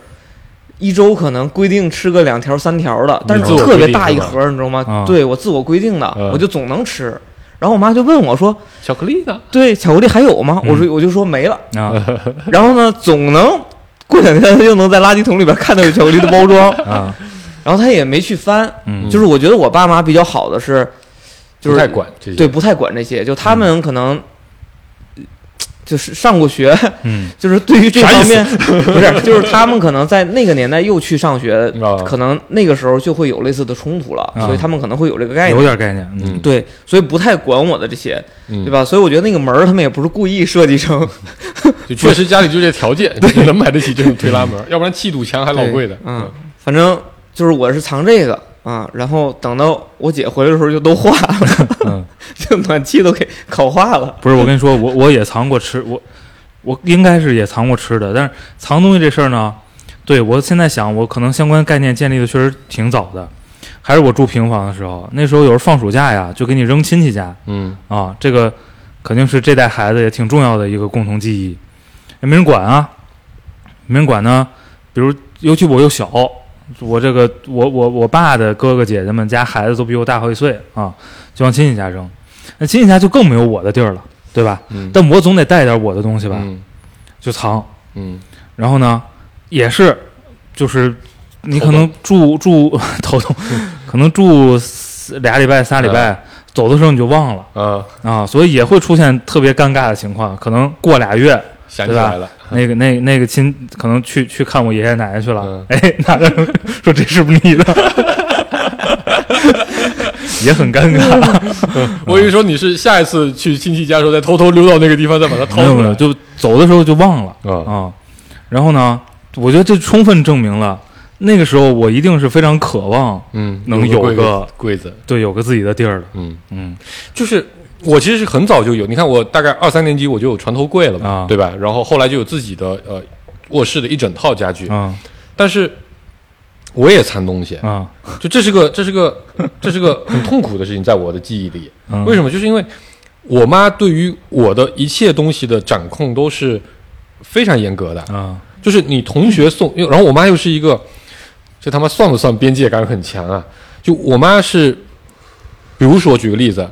C: 一周可能规定吃个两条儿三条儿的，但是
E: 自我
C: 特
E: 规
C: 别
E: 定
C: 大
E: 是
C: 一
E: 吧
C: 盒儿，你知道吗？
D: 啊
C: 对我自我规定的，
E: 嗯
C: 我就总能吃。然后我妈就问我说
E: 巧克力呢？：“
C: 对，巧克力还有
E: 嗯
C: 吗？”我说：“我就说没了。 (laughs)
D: 啊
C: 然后呢，总能过两天她又能在垃圾桶里边看到有巧克力的包装，
D: 啊
C: 然后她也没去翻。
D: 嗯
C: 就是我觉得我爸妈比较好的是，就是
E: 不太管这些，
C: 对，不太管这些，就他们可能就是上过学，
D: 嗯，
C: 就是对于这
D: 啥意
C: 方
D: 思
C: 面不是，就是他们可能在那个年代又去上学，
E: 啊
C: 可能那个时候就会有类似的冲突了，
D: 啊
C: 所以他们可能会有这个概
D: 有
C: 念。
D: 点概念，嗯
E: 嗯，
C: 对，所以不太管我的这些，
E: 嗯
C: 对吧？所以我觉得那个门儿他们也不是故意设计成
E: 就确实家里就这条件，你能买得起这种推拉门，
C: (laughs)
E: 要不然气堵墙还老
C: 对
E: 贵的。
C: 嗯，反正就是我是藏这个啊，然后等到我姐回来的时候就都化了，
D: 嗯，
C: (laughs) 就暖气都给烤化了。
D: 不是，我跟你说，我我也藏过吃，我我应该是也藏过吃的，但是藏东西这事儿呢，对我现在想，我可能相关概念建立的确实挺早的，还是我住平房的时候，那时候有时候放暑假呀，就给你扔亲戚家
E: 嗯，
D: 啊，这个肯定是这代孩子也挺重要的一个共同记忆，也没人管啊，没人管呢，比如尤其我又小。我这个，我我我爸的哥哥姐姐们家孩子都比我大好几岁啊，就往亲戚家扔，那亲戚家就更没有我的地儿了，对吧？
E: 嗯，
D: 但我总得带点我的东西
E: 对
D: 吧，
E: 嗯
D: 就藏。
E: 嗯，
D: 然后呢，也是，就是你可能住住 (laughs) 头痛，可能住四俩礼拜、仨礼拜，走的时候你就忘了
E: 啊，
D: 啊，所以也会出现特别尴尬的情况。可能过俩月，
E: 想起来了，
D: 那个那那个亲可能去去看我爷爷奶奶去了
E: 嗯，
D: 哎，拿着说这是不是你的？ (laughs) 也很尴尬，
E: 我以为说你是下一次去亲戚家的时候再偷偷溜到那个地方再把它掏
D: 没有
E: 出
D: 没有，
E: 来。
D: 就走的时候就忘了。
E: 啊，
D: 啊、然后呢，我觉得这充分证明了那个时候我一定是非常渴望，
E: 嗯，
D: 能
E: 有
D: 有个
E: 柜子，
D: 对，有个自己的地儿了。
E: 嗯，
D: 嗯
E: 就是我其实是很早就有，你看我大概二三年级我就有床头柜了
D: 啊
E: 嘛，对吧？然后后来就有自己的呃卧室的一整套家具，
D: 啊
E: 但是我也藏东西，
D: 啊
E: 就这是个这是个这是个很痛苦的事情，在我的记忆 (laughs) 里，
D: 嗯
E: 为什么？就是因为我妈对于我的一切东西的掌控都是非常严格的，
D: 啊
E: 就是你同学送，因为然后我妈又是一个，这他妈算不算边界感很强啊？就我妈是，比如说举个例子，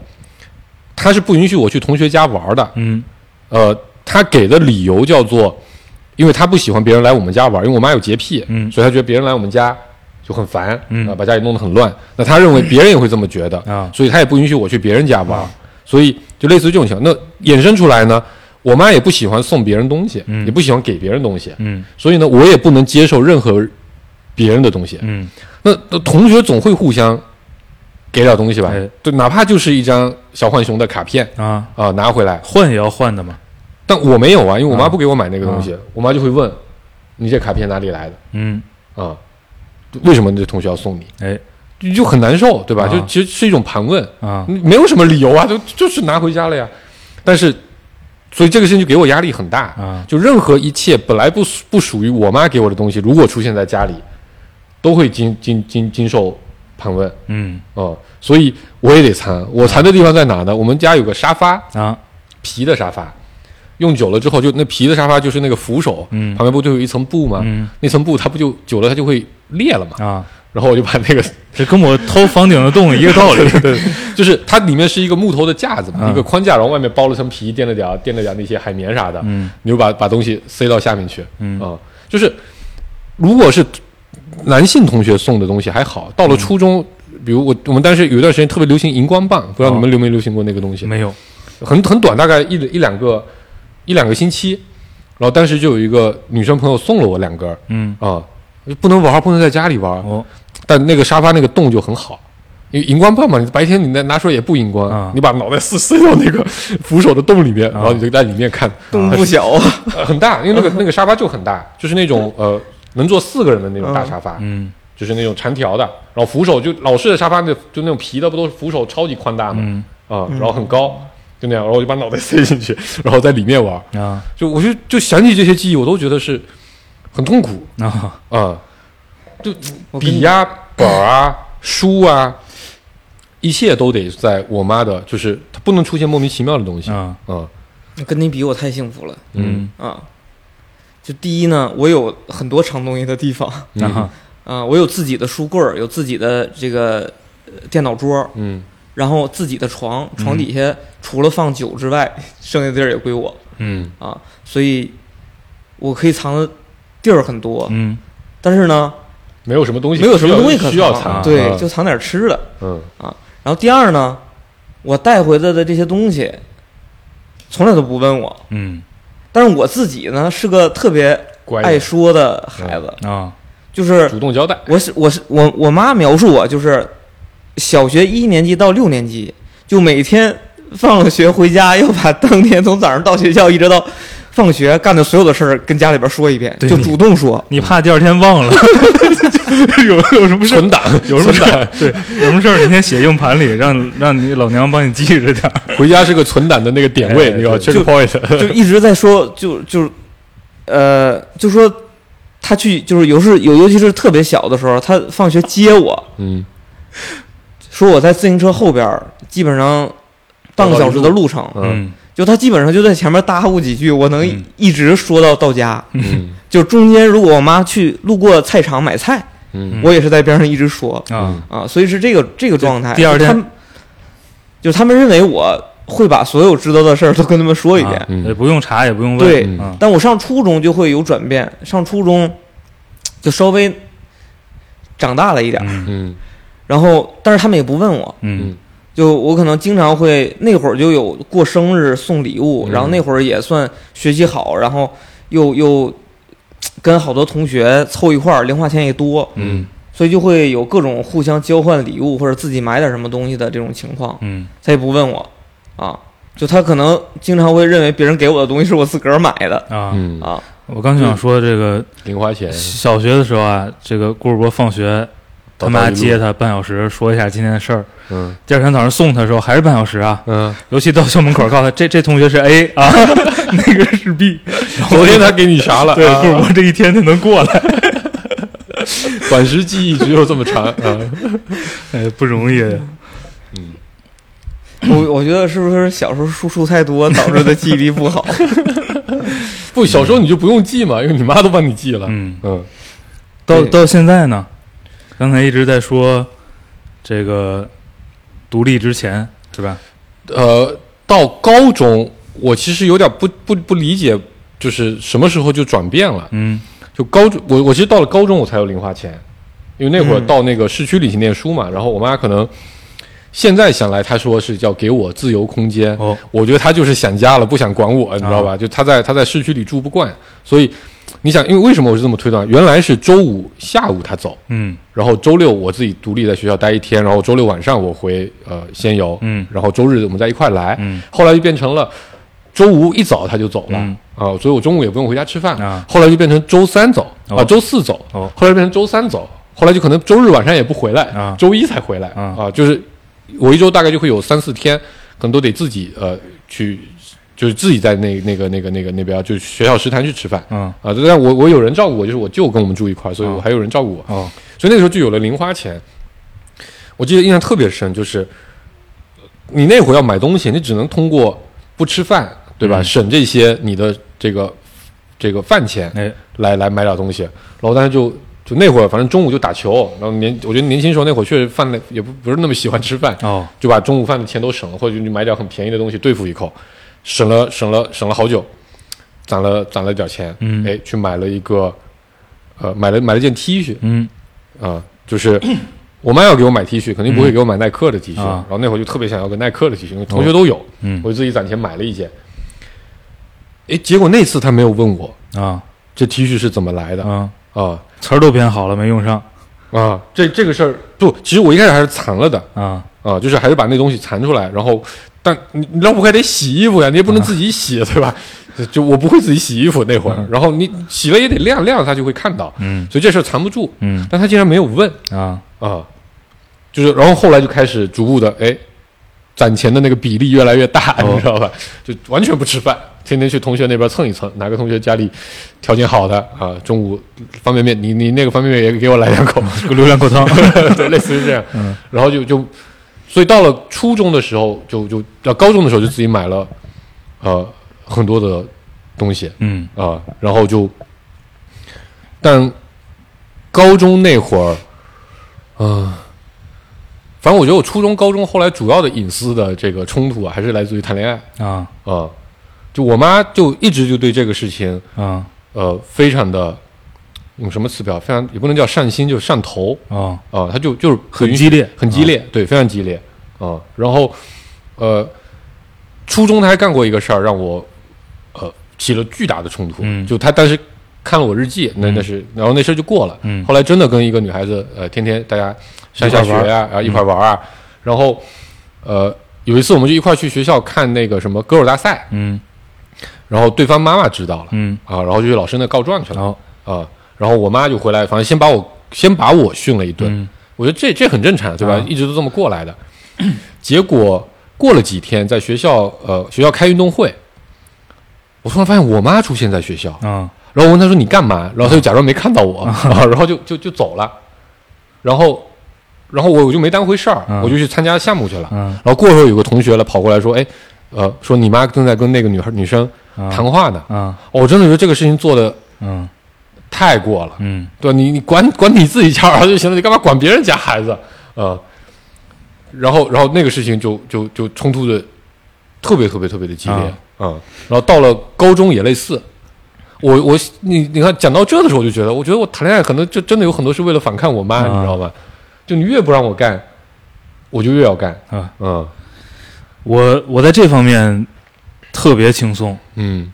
E: 她是不允许我去同学家玩的，
D: 嗯
E: 呃，她给的理由叫做，因为她不喜欢别人来我们家玩，因为我妈有洁癖，
D: 嗯
E: 所以她觉得别人来我们家就很烦，
D: 嗯
E: 啊把家里弄得很乱。那她认为别人也会这么觉得，
D: 啊
E: 所以她也不允许我去别人家玩，所以就类似于这种情况。那衍生出来呢，我妈也不喜欢送别人东西，
D: 嗯
E: 也不喜欢给别人东西，
D: 嗯
E: 所以呢，我也不能接受任何别人的东西。
D: 嗯
E: 那那同学总会互相给点东西吧
D: 哎，
E: 对，哪怕就是一张小浣熊的卡片
D: 啊，
E: 啊、拿回来。
D: 换也要换的嘛。
E: 但我没有啊，因为我
D: 啊
E: 妈不给我买那个东西，我妈就会问你这卡片哪里来的
D: 嗯，
E: 啊、为什么你这同学要送你？
D: 哎
E: 就就很难受，对吧？
D: 啊
E: 就其实是一种盘问，
D: 啊
E: 没有什么理由啊，就就是拿回家了呀。但是，所以这个事情就给我压力很大
D: 啊
E: 就任何一切本来不属不属于我妈给我的东西，如果出现在家里，都会经经经经受盘问
D: 嗯
E: 哦、所以我也得藏。我藏的地方在哪呢？我们家有个沙发，
D: 啊
E: 皮的沙发，用久了之后就那皮的沙发就是那个扶手，
D: 嗯
E: 旁边不就有一层布吗？
D: 嗯
E: 那层布它不就久了它就会裂了嘛？
D: 啊，
E: 然后我就把那个
D: 这跟我偷房顶的
E: (laughs)
D: 洞一个道理。对，
E: 就是它里面是一个木头的架子嘛，
D: 嗯
E: 一个框架，然后外面包了层皮，垫了点儿垫了点儿那些海绵啥的，
D: 嗯
E: 你就把把东西塞到下面去，
D: 嗯
E: 啊、就是如果是男性同学送的东西还好，到了初
D: 嗯
E: 中，比如我我们当时有一段时间特别流行荧光棒，不知道你们流没流行过那个东西，
D: 没有
E: 很很短，大概一一两个一两个星期，然后当时就有一个女生朋友送了我两根儿
D: 嗯
E: 啊、不能玩，不能在家里玩，
D: 哦
E: 但那个沙发那个洞就很好，因为荧光棒嘛，你白天你拿拿出来也不荧光，
D: 啊
E: 你把脑袋塞 (laughs) 塞到那个扶手的洞里面，然后你就在里面看，
C: 洞不小啊，
E: 呃很大，因为那个那个沙发就很大，就是那种呃能坐四个人的
C: 啊
E: 那种大沙发，
D: 嗯
E: 就是那种长条的，然后扶手就老式的沙发那就那种皮的，不都是扶手超级宽大嘛，
D: 嗯
E: 啊、然后很高。就那样，然后我就把脑袋塞进去， (laughs) 然后在里面玩。
D: 啊
E: 就我就就想起这些记忆，我都觉得是很痛苦
D: 啊
E: 啊、就
C: 我跟
E: 笔
C: 你
E: 呀、本儿啊、书啊，一切都得在我妈的，就是它不能出现莫名其妙的东西啊。
D: 啊
E: 嗯
C: 跟你比我太幸福了
D: 嗯
C: 啊！就第一呢，我有很多藏东西的地方
D: 啊
C: 啊，我有自己的书柜儿，有自己的这个呃电脑桌儿，
E: 嗯
C: 然后自己的床，床底下除了放酒之外， (laughs) 剩下的地儿也归我
E: 嗯
C: 啊，所以我可以藏的地儿很多，
D: 嗯
C: 但是呢，
E: 没有什么东西，
C: 没有什么东西可
E: 需要
D: 藏
E: 藏。
C: 对，
E: 嗯
C: 就藏点吃的。
E: 嗯
C: 然后第二呢，我带回来的这些东西，从来都不问我
D: 嗯
C: 但是我自己呢是个特别
E: 乖
C: 爱
E: 人
C: 说的孩子，
D: 啊，
E: 嗯
C: 就是
E: 主动交代，
C: 我是我是我我妈描述我就是小学一年级到六年级，就每天放了学回家要把当天从早上到学校一直到放学干的所有的事儿跟家里边说一遍，
D: 对
C: 就
D: 你
C: 主动说。
D: 你怕第二天忘了， (laughs) 有有什么事儿
E: 存档，
D: 有什么事
E: 存
D: 儿
E: 档，
D: 对，有什么事儿你先写硬盘里，让让你老娘帮你记着点儿。
E: 回家是个存档的那个点
D: 哎
E: 位，那个
D: 对
E: checkpoint，
C: 就一直在说，就就，呃，就说他去，就是有时有，尤其是特别小的时候，他放学接我，
E: (laughs) 嗯，
C: 说我在自行车后边儿，基本上半个小时的路程，
E: 嗯，
C: 就他基本上就在前面搭咕几句，我能
D: 嗯
C: 一直说到到家。
E: 嗯
C: 就中间如果我妈去路过菜场买菜，
E: 嗯
C: 我也是在边上一直说
D: 啊，
C: 啊，所以是这个这个
E: 嗯
C: 状态。
D: 第二
C: 哎就
D: 天
C: 他们，就是他们认为我会把所有知道的事儿都跟他们说一遍。
D: 啊
E: 嗯
D: 也不用查，也不用问。
C: 对
D: 啊，
C: 但我上初中就会有转变，上初中就稍微长大了一点儿，
D: 嗯
E: 嗯
C: 然后但是他们也不问我，
D: 嗯
C: 就我可能经常会那会儿就有过生日送礼物，
E: 嗯
C: 然后那会儿也算学习好，然后又又跟好多同学凑一块儿，零花钱也多，
E: 嗯
C: 所以就会有各种互相交换礼物或者自己买点什么东西的这种情况，
D: 嗯
C: 他也不问我啊，就他可能经常会认为别人给我的东西是我自个儿买的
D: 啊，
E: 嗯，
C: 啊，
D: 我刚想说这个
E: 零花钱，
D: 小学的时候啊，这个顾世博放学，他
E: 到
D: 妈
E: 大一路
D: 接他半小时，说一下今天的事儿。
E: 嗯
D: 第二天早上送他的时候还是半小时啊，
E: 嗯，
D: 尤其到校门口告诉他，这这同学是 A 啊， (laughs) 那个是 B。
E: 昨天他给你啥
D: (laughs)
E: 了？
D: 对，
E: 啊
D: 顾世博这一天他能过来，
E: 短时记忆只有这么长啊，
D: 哎，不容易。
C: 我我觉得是不是小时候输出太多导致的记忆力不好？
E: 不，小时候你就不用记嘛，因为你妈都帮你记了，
D: 嗯，
E: 嗯
D: 到
C: 对
D: 到现在呢，刚才一直在说这个独立之前是吧？
E: 呃，到高中我其实有点不不不理解，就是什么时候就转变了。
D: 嗯
E: 就高中，我我其实到了高中我才有零花钱，因为那会儿
C: 嗯
E: 到那个市区里去念书嘛，然后我妈可能现在想来，她说是叫给我自由空间，
D: 哦
E: 我觉得她就是想家了，不想管我，你知道吧？就她在她在市区里住不惯，所以你想，因为为什么我是这么推断？原来是周五下午她走，
D: 嗯
E: 然后周六我自己独立在学校待一天，然后周六晚上我回呃仙游，
D: 嗯
E: 然后周日我们再一块来，
D: 嗯
E: 后来就变成了周五一早他就走了、
D: 嗯
E: 啊，所以我中午也不用回家吃饭。
D: 啊
E: 后来就变成周三走啊、
D: 哦
E: 周四走，
D: 哦
E: 后来变成周三走，后来就可能周日晚上也不回来，
D: 啊
E: 周一才回来
D: 啊
E: 就是我一周大概就会有三四天，可能都得自己呃去，就是自己在那那个那个那个那边就是学校食堂去吃饭。
D: 嗯
E: 啊，但我我有人照顾我，就是我舅跟我们住一块儿，所以我
D: 啊
E: 还有人照顾我。
D: 哦
E: 所以那个时候就有了零花钱。我记得印象特别深，就是你那会儿要买东西，你只能通过不吃饭，对吧？
D: 嗯
E: 省这些你的这个这个饭钱
D: 哎
E: 来来买点东西。然后当时就就那会儿，反正中午就打球。然后年我觉得年轻时候那会儿确实饭的也不不是那么喜欢吃饭，
D: 哦
E: 就把中午饭的钱都省了，或者就买点很便宜的东西对付一口，省了省了省了好久，攒了攒了点钱，
D: 嗯
E: 哎，去买了一个呃买了买了件 T 恤，
D: 嗯
E: 啊，就是我妈要给我买 T 恤，肯定不会给我买耐克的 T 恤。
D: 嗯啊
E: 然后那会儿就特别想要个耐克的 T 恤，因为同学都有，
D: 嗯
E: 我就自己攒钱买了一件。哎，结果那次他没有问我
D: 啊
E: 这 T 恤是怎么来的啊
D: 啊，
E: 啊
D: 词儿都编好了没用上
E: 这这个事儿不，其实我一开始还是藏了的
D: 啊。
E: 啊，就是还是把那东西藏出来，然后但你你绕不开得洗衣服呀，你也不
D: 啊
E: 能自己洗、对吧？就就我不会自己洗衣服那会儿，然后你洗了也得晾晾，他就会看到，
D: 嗯
E: 所以这事儿藏不住。
D: 嗯
E: 但他竟然没有问，
D: 啊
E: 啊，就是然后后来就开始逐步的哎，攒钱的那个比例越来越大， (laughs) 你知道吧？就完全不吃饭，天天去同学那边蹭一蹭，哪个同学家里条件好的啊，中午方便面，你你那个方便面也给我来两口，嗯
D: 这个流量够汤。
E: (laughs) 对，类似于这样。然后就就，所以到了初中的时候，就就到高中的时候就自己买了呃很多的东西，
D: 嗯
E: 啊，然后就，但高中那会儿，嗯、反正我觉得我初中、高中后来主要的隐私的这个冲突啊，还是来自于谈恋爱
D: 啊
E: 啊。就我妈就一直就对这个事情，
D: 啊
E: 呃，非常的用什么词表，非常也不能叫上心，就上头
D: 哦
E: 啊，她就就是
D: 很激烈
E: 很激烈，对，非常激烈啊。然后，呃，初中她还干过一个事儿，让我呃起了巨大的冲突。
D: 嗯
E: 就他当时看了我日记，那
D: 嗯
E: 那是，然后那事儿就过了。
D: 嗯
E: 后来真的跟一个女孩子，呃，天天大家上下学
D: 一块嗯
E: 啊，然后一块玩啊，然后呃，有一次我们就一块去学校看那个什么歌手大赛，
D: 嗯
E: 然后对方妈妈知道了
D: 嗯，
E: 啊，然后就去老师那告状去
D: 然
E: 了
D: 后
E: 啊，然后我妈就回来，反正先把我先把我训了一顿。
D: 嗯
E: 我觉得这这很正常，对吧？
D: 啊
E: 一直都这么过来的。 (clears throat) 结果过了几天，在学校呃学校开运动会，我突然发现我妈出现在学校，
D: 啊
E: 然后我问她说你干嘛？然后她就假装没看到
D: (laughs)
E: 我，啊、然后就就就走了。然后然后我我就没当回事儿，
D: 啊
E: 我就去参加项目去了。
D: 嗯
E: 然后过一会儿有个同学来跑过来说，哎，呃，说你妈正在跟那个女孩女生
D: 啊
E: 谈话呢。
D: 啊
E: 哦我真的觉得这个事情做的
D: 嗯
E: 太过了。
D: 嗯
E: 对你你管管你自己家儿子就行了，你干嘛管别人家孩子啊、呃然后然后那个事情就就就冲突的特别特别特别的激烈
D: 啊
E: 啊、嗯然后到了高中也类似。我我你你看讲到这的时候，我就觉得，我觉得我谈恋爱可能就真的有很多是为了反抗我妈，
D: 啊
E: 你知道吗？就你越不让我干，我就越要干。
D: 啊，
E: 嗯
D: 我我在这方面特别轻松。
E: 嗯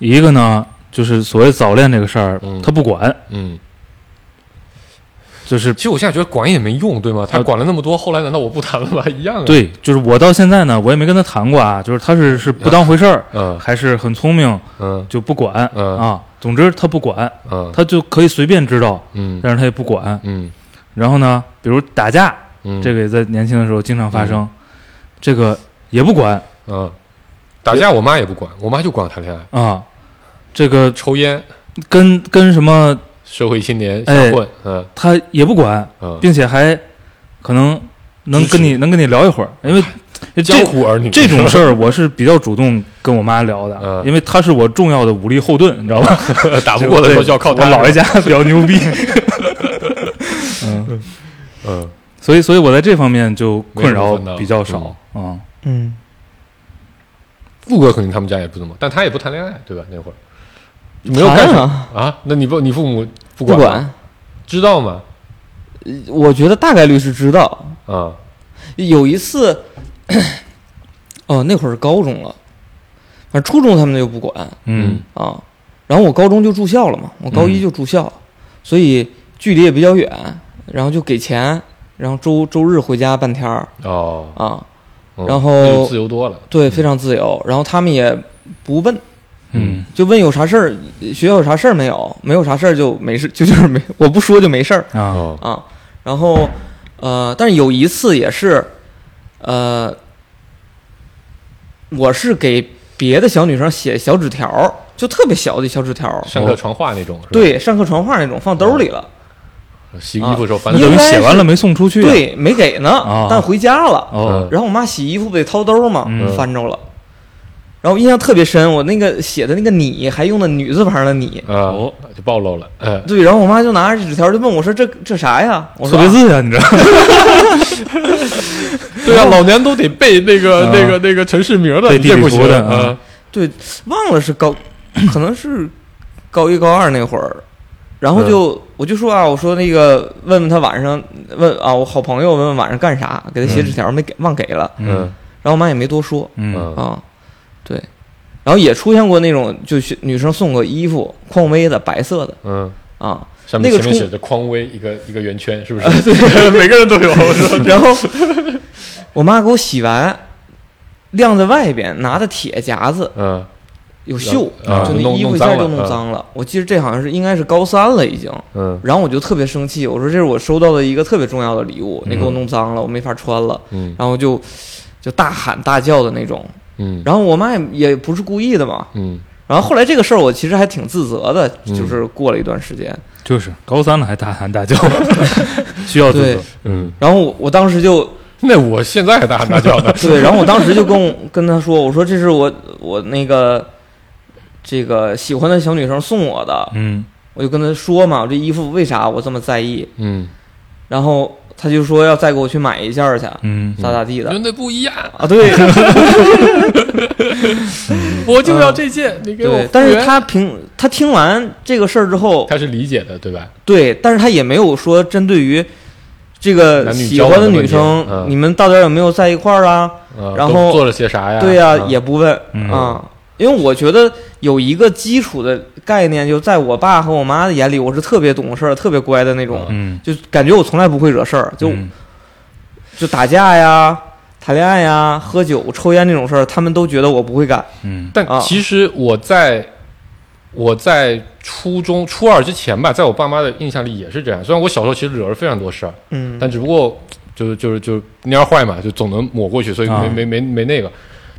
D: 一个呢，就是所谓早恋这个事儿
E: 嗯，
D: 他不管，
E: 嗯。
D: 就是
E: 其实我现在觉得管也没用，对吗？他
D: 呃
E: 管了那么多，后来难道我不谈了吗？一样啊。，
D: 对，就是我到现在呢，我也没跟他谈过啊，就是他是是不当回事儿，
E: 嗯
D: 还是很聪明
E: 嗯
D: 就不管
E: 嗯
D: 啊。总之他不管，
E: 嗯
D: 他就可以随便知道，
E: 嗯
D: 但是他也不管。
E: 嗯
D: 然后呢，比如打架，
E: 嗯，
D: 这个也在年轻的时候经常发生，这个也不管
E: 嗯，打架我妈也不管，我妈就管我谈恋爱、
D: 啊。这个
E: 抽烟、
D: 跟跟什么
E: 社会青年瞎
D: 哎
E: 混，嗯
D: 他也不管，
E: 嗯，
D: 并且还可能能跟你能跟你聊一会儿，因为
E: (laughs) 哎江
D: 这
E: 湖儿女
D: 这种事儿我是比较主动跟我妈聊的
E: 嗯，
D: 因为她是我重要的武力后盾，你知道
E: (laughs)
D: 吧？
E: 打不过的时候就要靠
D: 我
E: 她。
D: 姥爷家比较
E: (laughs)
D: 牛逼，嗯，
E: 嗯，
D: 所以所以我在这方面就困
E: 没什
D: 扰
E: 么烦恼
D: 比较少啊。
C: (laughs) 嗯，
E: 富哥肯定他们家也不怎么，但他也不谈恋爱，对吧？那会儿没
C: 没
E: 有干什么
C: 啊，
E: 啊，那你不你父母不
C: 不
E: 管吗
C: 管。
E: 知道吗？
C: 我觉得大概率是知道。
E: 啊，
C: 有一次， (coughs) 哦，那会儿是高中了，反正初中他们就不管
D: 嗯
C: 啊。然后我高中就住校了嘛，我高一就住校，所以距离也比较远，然后就给钱，然后周周日回家半天儿
E: 哦，
C: 啊，
E: 嗯
C: 然后
E: 那就自由多了，
C: 对，非常自由。然后他们也不问，
D: 嗯
C: 就问有啥事儿，学校有啥事儿没有？没有啥事儿就没事，就 (laughs) 就是没，我不说就没事儿。
D: 啊
E: 哦，
C: 啊，然后呃，但是有一次也是，呃，我是给别的小女生写小纸条儿，就特别小的小纸条儿，
E: 上课传话那种，是吧，
C: 对，上课传话那种，放兜里了，
E: 洗衣服的时候翻
D: 那
E: 到
D: 等于
C: 应该
D: 写完
C: 是
D: 了没送出去哦啊？
C: 对，没给呢，
D: 啊
C: 但回家了。
E: 嗯
D: 哦，
C: 然后我妈洗衣服不得掏兜儿嘛，
D: 嗯
C: 翻着了。然后印象特别深，我那个写的那个你还用的女字旁的你，
E: 啊
D: 哦，
E: 就暴露了，哎，
C: 对，然后我妈就拿着纸条就问我说这这啥呀？我
D: 错
C: 说
D: 嗯别
C: 啊
D: 字呀，你知道吗？
E: 对啊，老娘都得背那个
D: 啊
E: 那个那个城市名的，
D: 背
E: 你
D: 地
E: 这
D: 理
E: 不
D: 服
E: 行
D: 的
E: 啊，
C: 对，忘了是高，可能是高一高二那会儿，然后就、
E: 嗯
C: 我就说啊，我说那个问问他晚上问啊，我好朋友问问晚上干啥，给他写纸条没给忘给了，
E: 嗯
C: 然后我妈也没多说
D: 嗯 (laughs)
E: 嗯
C: 啊，对，然后也出现过那种就是女生送个衣服，匡威的白色的
E: 嗯。 (laughs)
C: 啊，
E: 上面
C: 那
E: 前
C: 个
E: 面
C: 冲
E: 写着匡威一个一个圆圈，是不是？对，每个人都有。我 (laughs) 说
C: 然后我妈给我洗完。晾在外边，拿的铁夹子
E: 嗯
C: 有锈，
E: 啊
C: 就那
E: 弄
C: 衣服
E: 弄
C: 一下
E: 脏
C: 就
E: 了
C: 弄
E: 啊
C: 脏了。我记得这好像是应该是高三了，已经。
E: 嗯
C: 然后我就特别生气，我说这是我收到的一个特别重要的礼
D: 嗯
C: 物，你给我弄脏了，我没法穿了，
E: 嗯
C: 然后就就大喊大叫的那种。
E: 嗯
C: 然后我妈也也不是故意的嘛。
E: 嗯
C: 然后后来这个事儿我其实还挺自责的，
E: 嗯
C: 就是过了一段时间，
D: 就是高三了还大喊大叫， (laughs) 需要自
C: 对
D: 责。
E: 嗯。
C: 然后我我当时就。
E: 那我现在还大喊大叫呢
C: (laughs) 对，然后我当时就跟
D: (laughs)
C: 我跟她说，我说这是我我那个这个喜欢的小女生送我的，
D: 嗯
C: 我就跟她说嘛，我这衣服为啥我这么在意，
E: 嗯，
C: 然后她就说要再给我去买一件儿去，
D: 嗯
C: 咋咋地的
E: 你。那不一样，
C: 啊，对，
E: 我就要这件，你给我
C: 嗯对
E: 复，
C: 但是
E: 原
C: 他评他听完这个事儿之后，
E: 他是理解的，对吧？
C: 对，但是他也没有说针对于这个
E: 男女
C: 喜
E: 交
C: 欢
E: 往的
C: 女
E: 问题
C: 生，
E: 嗯
C: 你们到底有没有在一块儿啊？
E: 嗯
C: 然后
E: 哎都做了些啥呀？
C: 对呀、
E: 嗯
C: 也不问啊、
D: 嗯
C: 因为我觉得有一个基础的概念，就在我爸和我妈的眼里，我是特别懂事儿、特别乖的那种，
D: 嗯，
C: 就感觉我从来不会惹事儿，就、
D: 嗯
C: 就打架呀、谈恋爱呀、喝酒、抽烟这种事儿，他们都觉得我不会干。
D: 嗯
E: 但
C: 啊
E: 其实我在我在初中初二之前吧，在我爸妈的印象里也是这样。虽然我小时候其实惹了非常多事儿，
C: 嗯，
E: 但只不过就是就是就是蔫儿坏嘛，就总能抹过去，所以没、
D: 啊
E: 没没没那个。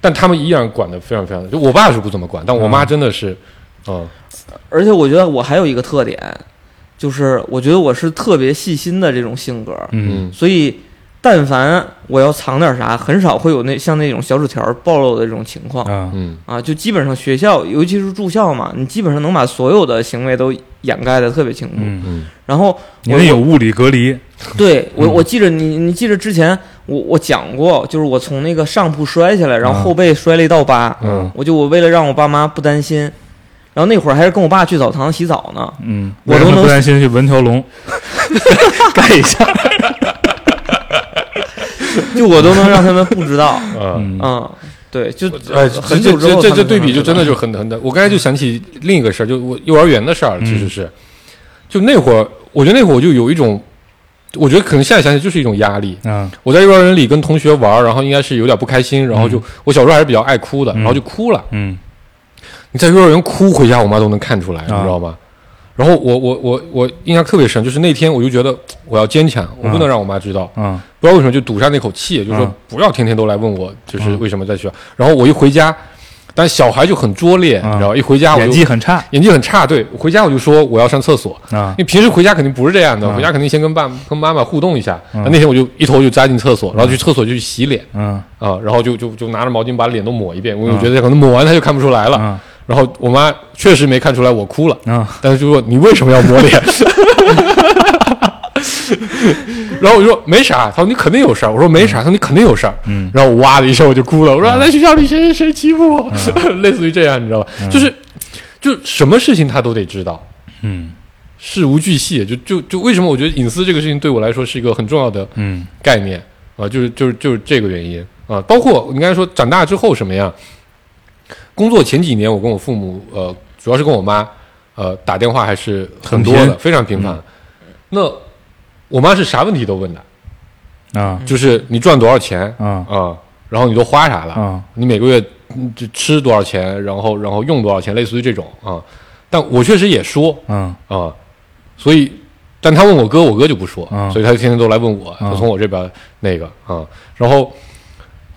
E: 但他们依然管得非常非常，就我爸是不怎么管，但我
C: 啊
E: 妈真的是，嗯
C: 而且我觉得我还有一个特点，就是我觉得我是特别细心的这种性格，
D: 嗯
C: 所以但凡我要藏点啥，很少会有那像那种小纸条暴露的这种情况
D: 啊
E: 嗯
C: 啊。就基本上学校，尤其是住校嘛，你基本上能把所有的行为都掩盖的特别清楚。
D: 嗯，
E: 嗯
C: 然后
D: 你
C: 我
D: 们有物理隔离，
C: 对我，
D: 嗯
C: 我记着你，你记着之前我我讲过，就是我从那个上铺摔下来，然后
D: 嗯
C: 后背摔了一道疤。
E: 嗯
D: 啊
C: 我就我为了让我爸妈不担心，然后那会儿还是跟我爸去澡堂洗澡呢。
D: 嗯，
C: 我
D: 为
C: 都
D: 什么
C: 能
D: 不担心去纹条龙，盖一下，
C: 就我都能让他们不知道，
E: 嗯，
D: 嗯
C: 嗯，对，就
E: 哎，
C: 很
E: 这
C: 久之
E: 这
C: 后
E: 这
C: 他
E: 这
C: 们
E: 对
C: 才
E: 比
C: 知
E: 就真
C: 道
E: 的就很很的。我刚才就想起另一个事儿，就我幼儿园的事儿，其实
C: 嗯
E: 是，就那会儿，我觉得那会儿我就有一种，我觉得可能现在想起就是一种压力。
D: (laughs) 啊
E: 我在幼儿园里跟同学玩儿，然后应该是有点不开心，然后
C: 嗯
E: 就、我小时候还是比较爱哭的，
D: 嗯
E: 然后就哭了。
D: 嗯
E: 你在幼儿园哭回家，我妈都能看
D: 啊
E: 出来，你知道吗？然后我我我我印象特别深，就是那天我就觉得我要坚强，我不能让我妈知道。
D: 啊
E: 不知道为什么就堵上那口气，就是说
D: 嗯
E: 不要天天都来问我，
D: 啊
E: 就是为什么在学校。然后我一回家，但小孩就很拙劣，
D: 嗯
E: 你知道，一回家我
D: 演
E: 就
D: 技很差
E: 演技很差。对，我回家我就说我要上厕所，
D: 啊
E: 因为平时回家肯定不是这样的，
D: 嗯
E: 回家肯定先跟爸跟妈妈互动一下。
D: 嗯
E: 那天我就一头就扎进厕所，然后去厕所就去洗脸
D: 啊
E: 啊，然后就就就拿着毛巾把脸都抹一遍，我
D: 嗯
E: 就觉得可能抹完她就看不出来了。
D: 啊
E: 然后我妈确实没看出来我哭了，
D: 啊
E: 但是就说你为什么要抹脸？ (laughs) 然后我就说没啥，他说你肯定有事儿。我说没啥，他说你肯定有事儿。
D: 嗯
E: 然后我哇的一声我就哭了，我说、啊在学校里谁谁谁欺负我， (laughs) 类似于这样，你知道吧？就是就什么事情他都得知道，
D: 嗯
E: 事无巨细。就就就为什么我觉得隐私这个事情对我来说是一个很重要的
D: 嗯
E: 概念啊、就是就是就是这个原因啊、包括你刚才说长大之后什么样，工作前几年我跟我父母呃，主要是跟我妈呃打电话还是很多
D: 很
E: 的，
D: 频
E: 非常频繁。那我妈是啥问题都问的，
D: 啊
E: 就是你赚多少钱啊、
D: 啊
E: 然后你都花啥了，
D: 啊
E: 你每个月嗯这吃多少钱，然后然后用多少钱，类似于这种啊、但我确实也说，
D: 啊
E: 啊，所以，但他问我哥，我哥就不说，
D: 啊
E: 所以他就天天都来问我，
D: 啊
E: 就从我这边那个啊，然后，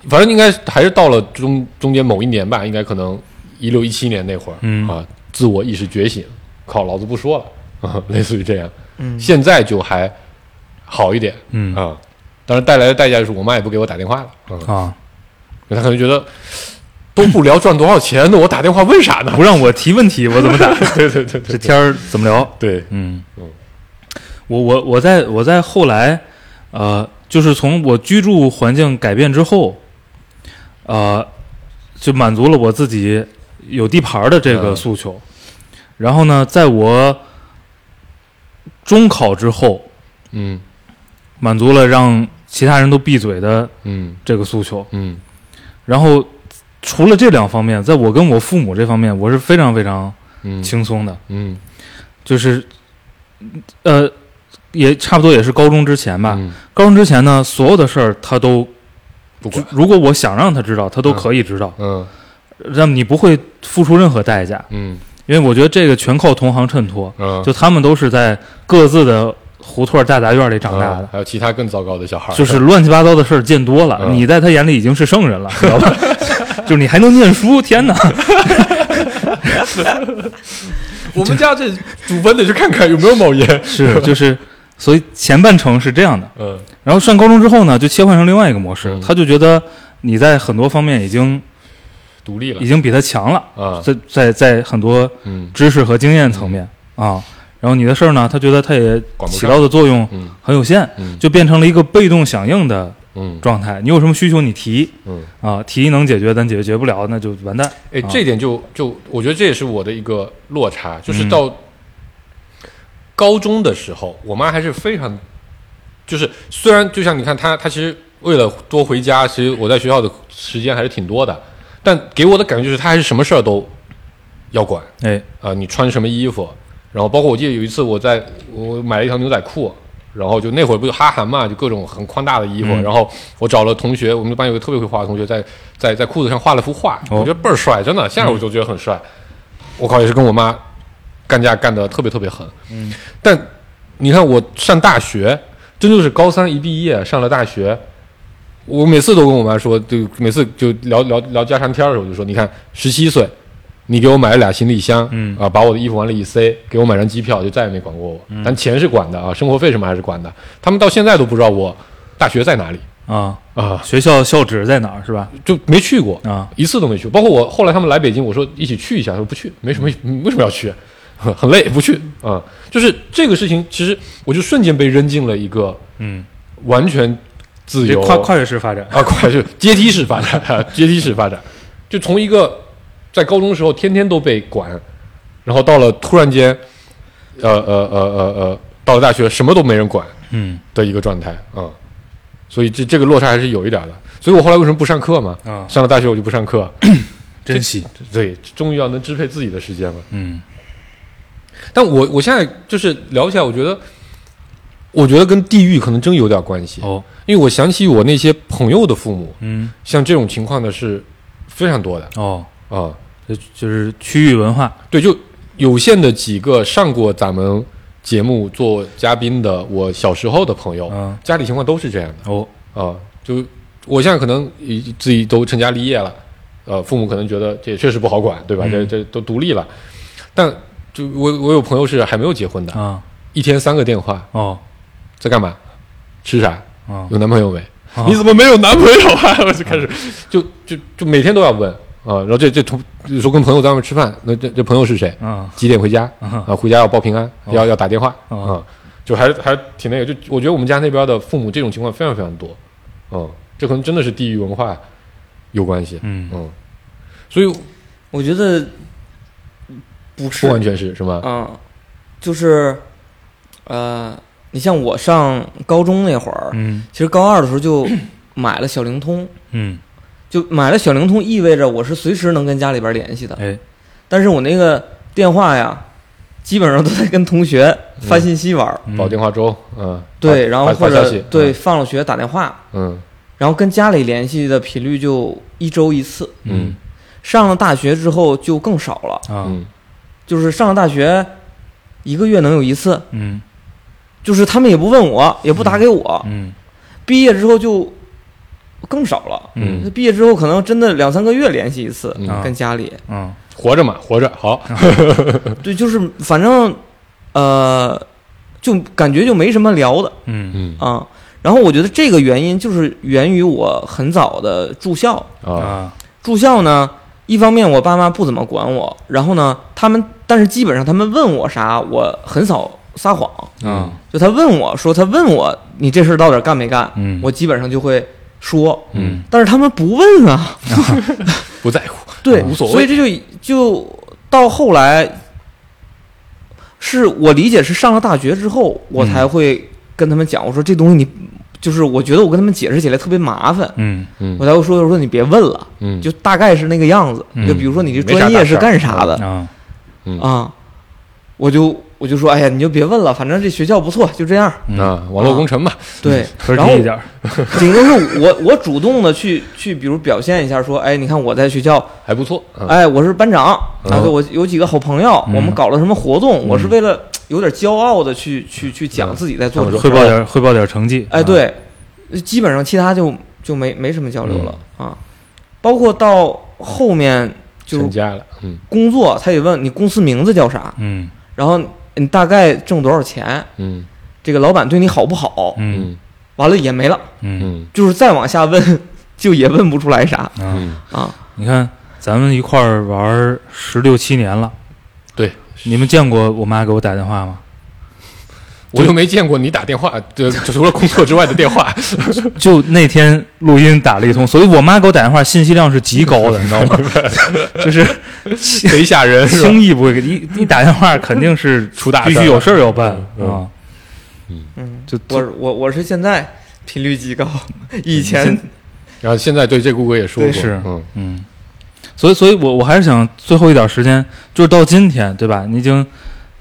E: 反正应该还是到了中中间某一年吧，应该可能一六一七年那会儿，
D: 嗯
E: 啊，自我意识觉醒，靠，老子不说了，啊， (laughs) 类似于这样，
C: 嗯
E: 现在就还好一点
D: 嗯
E: 啊，当然带来的代价就是我妈也不给我打电话了，啊，
D: 啊，
E: 她可能觉得都不聊赚多少钱，那我打电话问啥呢？ (laughs)
D: 不让我提问题，我怎么打？
E: 对对对
D: 这
E: 对
D: 天儿怎么聊？
E: 对，
D: 嗯
E: 嗯，
D: 我我我在我在后来，呃，就是从我居住环境改变之后，呃，就满足了我自己有地盘儿的这个
E: 嗯
D: 诉求。然后呢，在我中考之后，
E: 嗯
D: 满足了让其他人都闭嘴的
E: 嗯
D: 这个诉求。
E: 嗯
D: 然后除了这两方面，在我跟我父母这方面，我是非常非常
E: 嗯
D: 轻松的。
E: 嗯
D: 就是，呃，也差不多也是高中之前吧。
E: 嗯
D: 高中之前呢，所有的事儿他都
E: 不
D: 就
E: 管，
D: 如果我想让他知道，他都可以知道。
E: 嗯
D: 那么你不会付出任何代价，
E: 嗯
D: 因为我觉得这个全靠同行衬托。
E: 嗯，
D: 就他们都是在各自的胡同儿大杂院里长大
E: 嗯
D: 的，
E: 还有其他更糟糕的小孩儿，
D: 就是乱七八糟的事儿见多了，
E: 嗯
D: 你在他眼里已经是圣人了，知道吧？ (laughs) 就是你还能念书，天哪！
E: 我们家这祖坟得去看看有没有冒烟，
D: 是就是，所以前半程是这样的。
E: 嗯
D: 然后上高中之后呢，就切换成另外一个模式，
E: 嗯
D: 他就觉得你在很多方面已经
E: 独立了
D: 已经比他强了，
E: 啊，
D: 在在在很多
E: 嗯
D: 知识和经验层面啊。然后你的事儿呢，他觉得他也
E: 管不上
D: 起到的作用
E: 嗯
D: 很有限，
E: 嗯
D: 就变成了一个被动响应的
E: 嗯
D: 状态。你有什么需求你提
E: 嗯，
D: 啊，提能解决，但解决不了那就完蛋。
E: 哎，这点就就我觉得这也是我的一个落差，就是
D: 嗯
E: 到高中的时候，我妈还是非常，就是虽然就像你看她，她其实为了多回家，其实我在学校的时间还是挺多的，但给我的感觉就是她还是什么事儿都要管
D: 哎，
E: 啊、你穿什么衣服，然后包括我记得有一次我在我买了一条牛仔裤，然后就那会儿不就哈韩嘛，就各种很宽大的衣服，然后我找了同学，我们班有个特别会画的同学在在在裤子上画了幅画，
D: 哦
E: 我觉得倍儿帅，真的，现在我就觉得很帅。我靠，也是跟我妈干架干得特别特别狠，嗯，但你看我上大学，真就是高三一毕业上了大学。我每次都跟我妈说，就每次就聊聊聊家常天儿的时候，我就说，你看，十七岁，你给我买了俩行李箱，
D: 嗯
E: 啊，把我的衣服往里一塞，给我买张机票，就再也没管过我。但钱是管的啊，生活费什么还是管的。他们到现在都不知道我大学在哪里
D: 啊，
E: 啊，
D: 学校校址在哪儿是吧？
E: 就没去过，
D: 啊，
E: 一次都没去。包括我后来他们来北京，我说一起去一下，他说不去，没什么，为什么要去？ (laughs) 很累，不去啊。就是这个事情，其实我就瞬间被扔进了一个
D: 嗯，
E: 完全自
D: 这
E: 由
D: 跨跨越式发展，
E: 啊，快就阶梯式发展，啊阶梯式发展，就从一个在高中时候天天都被管，然后到了突然间，呃呃呃呃呃，到了大学什么都没人管
D: 嗯
E: 的一个状态啊、嗯所以这这个落差还是有一点的。所以我后来为什么不上课嘛？
D: 啊，
E: 上了大学我就不上课，
D: 珍惜，
E: 对，终于要能支配自己的时间了。
D: 嗯
E: 但我我现在就是聊起来，我觉得，我觉得跟地域可能真有点关系，
D: 哦，
E: 因为我想起我那些朋友的父母，
D: 嗯
E: 像这种情况的是非常多的
D: 哦，
E: 啊、
D: 这就是区域文化，
E: 对，就有限的几个上过咱们节目做嘉宾的，我小时候的朋友，
D: 嗯
E: 家里情况都是这样
D: 哦，
E: 的啊、就我现在可能已自己都成家立业了，呃，父母可能觉得这也确实不好管，对吧？
D: 嗯
E: 这这都独立了，但就我我有朋友是还没有结婚的，
D: 啊
E: 一天三个电话，
D: 哦
E: 在干嘛？吃啥？
D: 啊
E: 有男朋友没？
D: 啊
E: 你怎么没有男朋友啊？我就开始，就就就每天都要问啊。然后这这同有时候跟朋友在外面吃饭，那这这朋友是谁？
D: 啊
E: 几点回家？
D: 啊
E: 啊，回家要报平安，
D: 哦
E: 要要打电话
D: 哦
E: 啊，就还还挺那个。就我觉得我们家那边的父母这种情况非常非常多，嗯，这可能真的是地域文化有关系，
D: 嗯
E: 嗯，所以
C: 我觉得不是
E: 不完全是是吗？
C: 啊、就是呃，你像我上高中那会儿，
D: 嗯
C: 其实高二的时候
E: (clears throat)
C: 就买了小灵通，
D: 嗯
C: 就买了小灵通意味着我是随时能跟家里边联系的，
D: 哎
C: 但是我那个电话呀，基本上都在跟同学发信息玩儿，
D: 嗯
E: 煲电话粥，嗯，
C: 对，
E: 发
C: 然后
E: 发
C: 或
E: 发消
C: 者
E: 息啊
C: 对，放了学打电话，
E: 嗯
C: 然后跟家里联系的频率就一周一次。
E: 嗯
C: 上了大学之后就更少了，
D: 啊
E: 嗯
C: 就是上了大学一个月能有一次，
D: 嗯
C: 就是他们也不问我，也不打给我，
D: 嗯
C: 毕业之后就更少了。
E: 嗯
C: 毕业之后可能真的两三个月联系一次，
E: 嗯
D: 啊
C: 跟家里。
D: 嗯
E: 活着嘛，活着好，啊
C: 对，就是反正呃，就感觉就没什么聊的
D: 嗯
E: 嗯
C: 啊。然后我觉得这个原因就是源于我很早的住校，
E: 啊
D: 啊
C: 住校呢，一方面我爸妈不怎么管我，然后呢，他们但是基本上他们问我啥，我很少撒谎。
D: 啊
C: 就他问我说，他问我你这事儿到底干没干，
D: 嗯
C: 我基本上就会说，
E: 嗯，
C: 但是他们不问啊，
E: (laughs) 不在乎，
C: (laughs) 对，
E: 无所
C: 所以
E: 谓，
C: 这就就到后来，是我理解是上了大学之后，我
D: 嗯
C: 才会跟他们讲，我说这东西你就是我觉得我跟他们解释起来特别麻烦，
D: 嗯
E: 嗯
C: 我才会说我说你别问了。
E: 嗯
C: 就大概是那个样子。
D: 嗯
C: 就比如说你这
E: 没啥
C: 专业
E: 大
C: 是
E: 事儿
C: 干啥的
D: 啊
E: 嗯
C: 啊？我就我就说，哎呀，你就别问了，反正这学校不错，就这样。
E: 啊，网络工程嘛，
C: 嗯对，
D: 分
C: 然后
D: 低一点儿，
C: 顶多是我我主动的去去，比如表现一下，说，哎，你看我在学校，
E: 还不错，嗯
C: 哎，我是班长啊，
E: 嗯
C: 对我有几个好朋友，
D: 嗯
C: 我们搞了什么活动，我是为了有点骄傲的去去去
E: 嗯
C: 讲自己在做什么。
D: 汇报点儿汇报点儿成绩，
C: 哎，
D: 啊，
C: 对，基本上其他就就没没什么交流了啊。包括到后面就
E: 成家了，嗯
C: 工作，他也问你公司名字叫啥，
D: 嗯
C: 然后你大概挣多少钱，
E: 嗯
C: 这个老板对你好不好，
D: 嗯
E: 嗯
C: 完了也没了，
D: 嗯
E: 嗯
C: 就是再往下问就也问不出来啥
D: 啊，
E: 嗯，
D: (laughs)
C: 啊。
D: 你看咱们一块儿玩十六七年了，
C: 啊
E: 对，
D: 你们见过我妈给我打电话吗？
E: 我又没见过你打电话，
C: (laughs)
E: 就就除了工作之外的电话，
D: 就那天录音打了一通，所以我妈给我打电话信息量是极高的，你知道吗？就是
E: 贼吓人，是吧？
D: 轻易不会给一一打电话肯定是
E: 出大事
D: 必
E: 儿
D: 须有事儿要办
E: 嗯
D: 啊，
C: 嗯，
D: 就
C: 我我我是现在频率极高，以前
E: 然后现在对这顾哥也说过，
D: 对是
E: 嗯，
D: 嗯，所以，所以我我还是想最后一点时间，就是到今天，对吧？你已经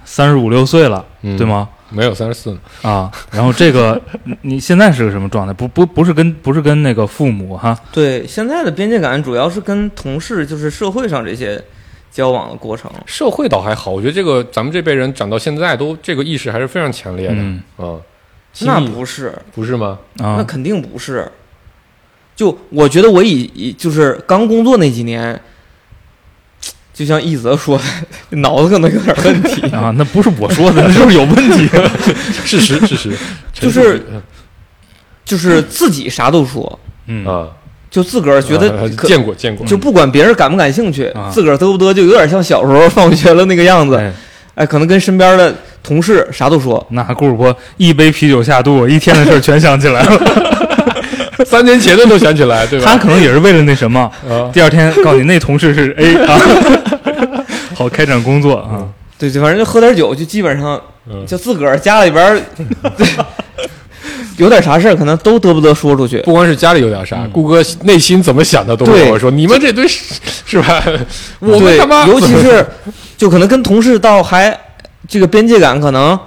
D: 三十五六岁了，
E: 嗯
D: 对？吗？
E: 没有三十四，
D: 啊，然后这个你你现在是个什么状态？不不不是跟不是跟那个父母哈，
C: 对，现在的边界感主要是跟同事，就是社会上这些交往的过程。
E: 社会倒还好，我觉得这个咱们这辈人长到现在都这个意识还是非常强烈的。
D: 嗯
E: 啊，亲
C: 那
E: 密
C: 不是，
E: 不是吗？ (laughs)
C: 那
D: 啊，
C: 肯定不是。就我觉得我以以就是刚工作那几年，就像一泽说的， (laughs) 脑子可能有点问题。
E: (laughs)
D: 啊，那不是我说的，那就是有问题。
E: 事实，事实，
C: 就是
E: 陈述实
C: 就是自己啥都说，
D: 嗯
E: 啊，
C: 就自个儿觉
E: 啊
C: 得可
E: 见过见过，
C: 就不管别人感不感兴趣
D: 啊，
C: 自个儿嘚不嘚，就有点像小时候放学了那个样子。
D: 哎，
C: 哎，可能跟身边的同事啥都说，
D: 那顾主播一杯啤酒下肚，一天的事儿全想起来了。
E: 三年前的都想起来，对吧？
D: 他可能也是为了那什 (laughs) 么，
E: 啊，
D: 第二天告诉你那同事是 A 啊， (laughs) 好开展工作啊。
C: 对对，反正就喝点酒，就基本上
E: 嗯
C: 就自个儿家里边儿 (laughs) 有点啥事儿，可能都嘚不嘚说出去。
E: 不光是家里有点啥，顾哥内心怎么想的都
C: 对
E: 跟我说，你们这堆是是吧？我们
C: 对
E: 他妈，
C: 尤其是就可能跟同事倒还这个边界感可能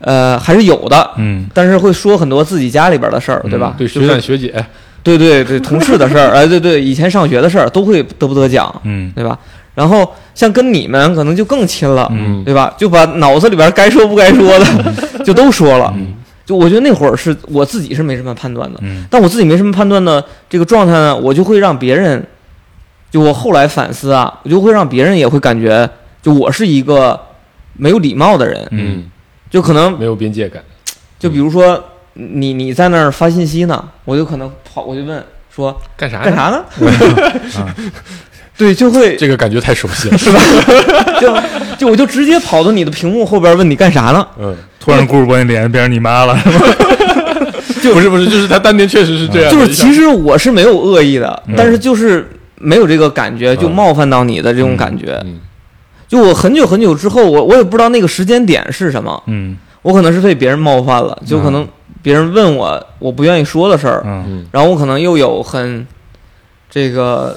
C: 呃还是有的，
D: 嗯，
C: 但是会说很多自己家里边的事儿，对吧？
E: 嗯对学长学姐，
C: 对对对，同事的事儿，哎对对，以前上学的事儿都会得不得讲，
D: 嗯
C: 对吧？然后像跟你们可能就更亲了，
E: 嗯
C: 对吧？就把脑子里边该说不该说的 (laughs) 就都说了。
E: 嗯
C: 就我觉得那会儿是我自己是没什么判断的，
D: 嗯
C: 但我自己没什么判断的这个状态呢，我就会让别人，就我后来反思啊，我就会让别人也会感觉，就我是一个没有礼貌的人，
D: 嗯，
C: 就可能
E: 没有边界感，
C: 就比如说你你在那儿发信息呢，我就可能跑过去问说
E: 干啥呢
C: 干啥
E: (laughs)
C: 呢？ (laughs) 对，就会
E: 啊这个感觉太熟悉了，
C: 就就我就直接跑到你的屏幕后边问你干啥呢？
E: 嗯，
D: 突然顾主播那脸变成你妈了，
E: 不是不是，就是他当年确实是这样的，
C: 就是其实我是没有恶意的
D: 嗯，
C: 但是就是没有这个感觉，就
E: 嗯
C: 冒犯到你的这种感觉。
E: 嗯
C: 就我很久很久之后，我我也不知道那个时间点是什么，
D: 嗯
C: 我可能是被别人冒犯了，就可能别人问我我不愿意说的事儿，
D: 嗯
E: 嗯
C: 然后我可能又有很这个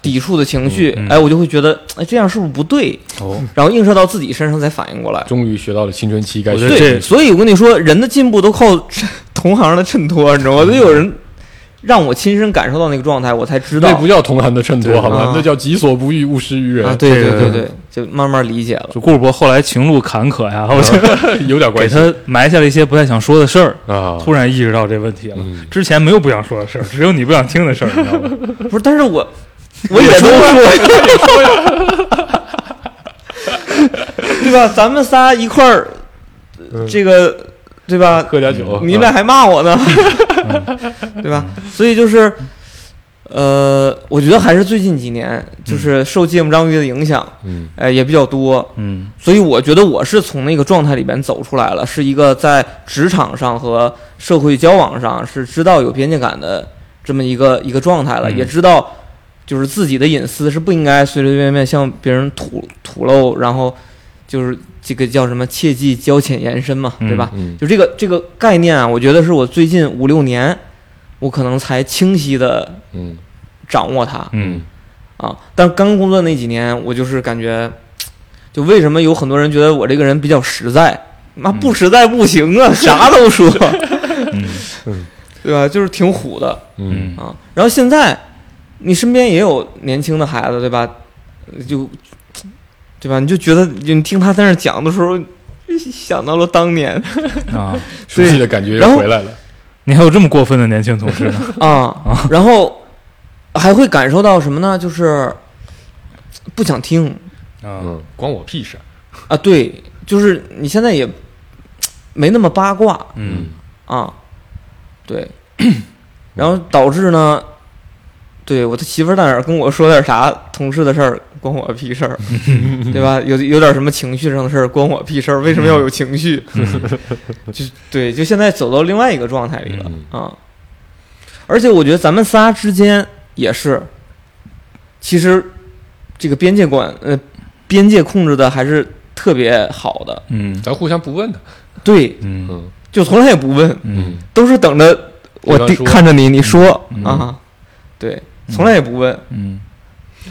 C: 抵触的情绪，
D: 嗯嗯
C: 哎，我就会觉得哎这样是不是不对？
D: 哦，
C: 然后映射到自己身上才反应过来。
E: 终于学到了青春期该
D: 我觉
E: 学
D: 得
E: 的
D: 这
C: 对，所以我跟你说，人的进步都靠 (laughs) 同行的衬托，你知道吗？都有人让我亲身感受到那个状态，我才知道
E: 那不叫同行的衬托，
D: 对
E: 好吗
C: 啊？
E: 那叫己所不欲，勿施于人
C: 啊，，对
D: 这
C: 对
D: 个
C: 对对，就慢慢理解了。
D: 就顾主播后来情路坎坷 (laughs) 呀，我觉得
E: (laughs) 有点
D: 给
E: 关系
D: 他埋下了一些不太想说的事儿，
E: 啊。
D: 突然意识到这问题了
E: 嗯。
D: 之前没有不想说的事儿，只有你不想听的事儿，你知道吗？
C: 不是，但是我 (laughs) 我也都说， (laughs) 对吧？咱们仨一块儿，呃这个对吧？
E: 喝点酒，啊
C: 你俩还骂我呢， (laughs) 对吧？所以就是，呃，我觉得还是最近几年，就是受芥末章鱼的影响，
E: 嗯
C: 呃，也比较多。
D: (laughs) 嗯
C: 所以我觉得我是从那个状态里边走出来了，是一个在职场上和社会交往上是知道有边界感的这么一个一个状态了，
D: 嗯
C: 也知道就是自己的隐私是不应该随随便便向别人吐吐露，然后就是这个叫什么切忌交浅言深嘛，
D: 嗯
C: 对吧？
E: 嗯
C: 就这个这个概念啊，我觉得是我最近五六年我可能才清晰的
E: 嗯
C: 掌握它，
D: 嗯
C: 啊，但刚工作那几年，我就是感觉，就为什么有很多人觉得我这个人比较实在，妈不实在不行
E: (laughs)
C: 啊，啥都说，
E: 嗯
C: (laughs) 对吧？就是挺虎的
E: 嗯
D: 嗯
C: 啊。然后现在，你身边也有年轻的孩子，对吧？就，对吧？你就觉得你听他在那儿讲的时候，想到了当
E: (laughs)
C: 年
D: 啊，
E: 熟悉的感觉
C: 然
E: 又
C: 后
E: 回来了。
D: 你还有这么过分的年轻同事 (laughs) 呢？
C: 啊，然后还会感受到什么呢？就是不想听，
D: 啊，
E: 嗯，关我屁事儿。
C: 啊，对，就是你现在也没那么八卦
D: 嗯
C: 啊，对，然后导致呢，对我的媳妇儿在那儿跟我说点啥同事的事儿，关我屁事儿，对吧？有有点什么情绪上的事儿，关我屁事儿，为什么要有情绪？ (laughs) 就对，就现在走到另外一个状态里了
E: 嗯
C: 啊，而且我觉得咱们仨之间也是，其实这个边界管呃边界控制的还是特别好的，
D: 嗯
E: 咱互相不问的。
C: 对，
D: 嗯
E: 嗯
C: 就从来也不问，
D: 嗯，
C: 都是等着我
E: 对方
C: 盯
E: 说
C: 看着你，你说
D: 嗯
C: 啊，对，从来也不问。
D: 嗯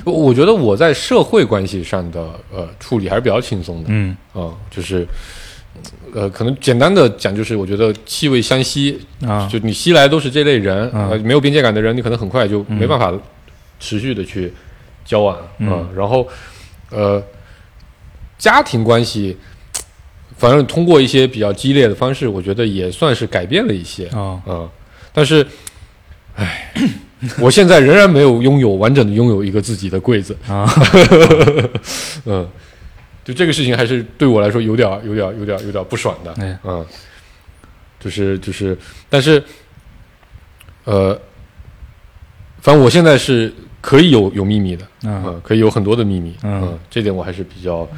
E: 我我觉得我在社会关系上的呃处理还是比较轻松的，
D: 嗯
E: 啊、就是呃，可能简单的讲，就是我觉得气味相吸，
D: 啊，
E: 就你吸来都是这类人，
D: 啊
E: 呃，没有边界感的人，你可能很快就没办法持续的去交往，
D: 嗯
E: 啊然后呃，家庭关系，反正通过一些比较激烈的方式，我觉得也算是改变了一些，
D: 啊，
E: 嗯，但是，唉，我现在仍然没有拥有完整的拥有一个自己的柜子
D: 啊， (laughs)
E: 嗯，就这个事情还是对我来说有点儿有点儿有点儿有点儿不爽的，
D: 哎
E: 嗯，就是就是，但是，呃，反正我现在是可以有有秘密的，
D: 啊，
E: 嗯，可以有很多的秘密，
D: 嗯
E: 嗯，这点我还是比较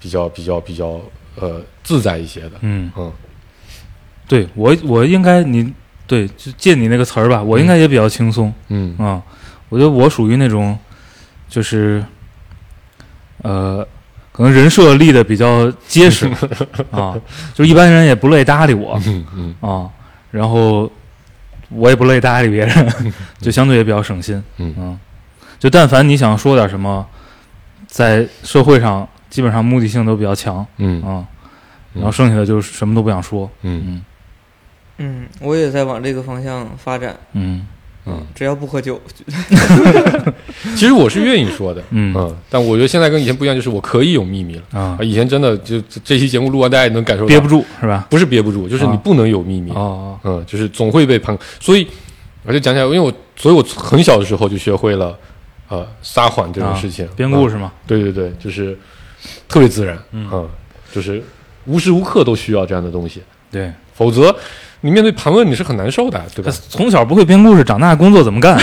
E: 比较比较比较呃自在一些的，
D: 嗯，
E: 嗯
D: 对我我应该你对就借你那个词儿吧，我应该也比较轻松
E: 嗯
D: 啊。我觉得我属于那种就是呃，可能人设立的比较结实
E: (laughs)
D: 啊，就是一般人也不乐意搭理我
E: 嗯嗯
D: 啊，然后我也不乐意搭理别人，就相对也比较省心。
E: 嗯
D: 嗯，就但凡你想说点什么，在社会上基本上目的性都比较强
E: 嗯
D: 啊，然后剩下的就是什么都不想说。
E: 嗯
D: 嗯
C: 嗯，我也在往这个方向发展，
D: 嗯
E: 嗯，
C: 只要不喝酒，
E: 其实我是愿意说的，
D: 嗯
E: 嗯，但我觉得现在跟以前不一样，就是我可以有秘密了。
D: 啊
E: 啊，，以前真的就这这期节目录完，大家也能感受到
D: 憋不，住是吧？
E: 不是憋不住，就是你
D: 啊
E: 不能有秘密，
D: 哦，
E: 嗯，就是总会被判。所以我就讲起来，因为我所以我很小的时候就学会了呃撒谎这种
D: 啊
E: 事情，
D: 编故
E: 事，
D: 事嘛，
E: 对对对，就是特别自然，
D: 嗯
E: 嗯，就是无时无刻都需要这样的东西，
D: 对，
E: 否则你面对盘问你是很难受的，对
D: 他
E: 吧？
D: 从小不会编故事，长大工作怎么 (laughs) 干？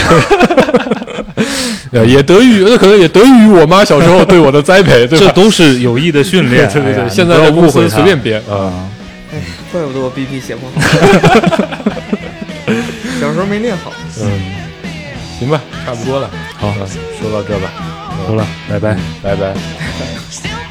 E: 呃也得益于，那可能也得益于我妈小时候对我的栽培，
D: (laughs)
E: 对
D: 这
E: 吧？
D: 都是有意的训 (laughs) 练。
E: 对对
D: 哎呀
E: 对，现在
D: 你不
E: 在
D: 要
E: 公
D: 误
E: 司
D: 会他
E: 随便编啊，
D: 啊，
C: 哎，怪不得我 BP 写不好， (laughs) 小时候没练好。
E: 嗯，行吧，差不多了，啊
D: 好，
E: 嗯，说到这吧，
D: 好了，拜拜。
E: 拜拜。
B: Still Oh,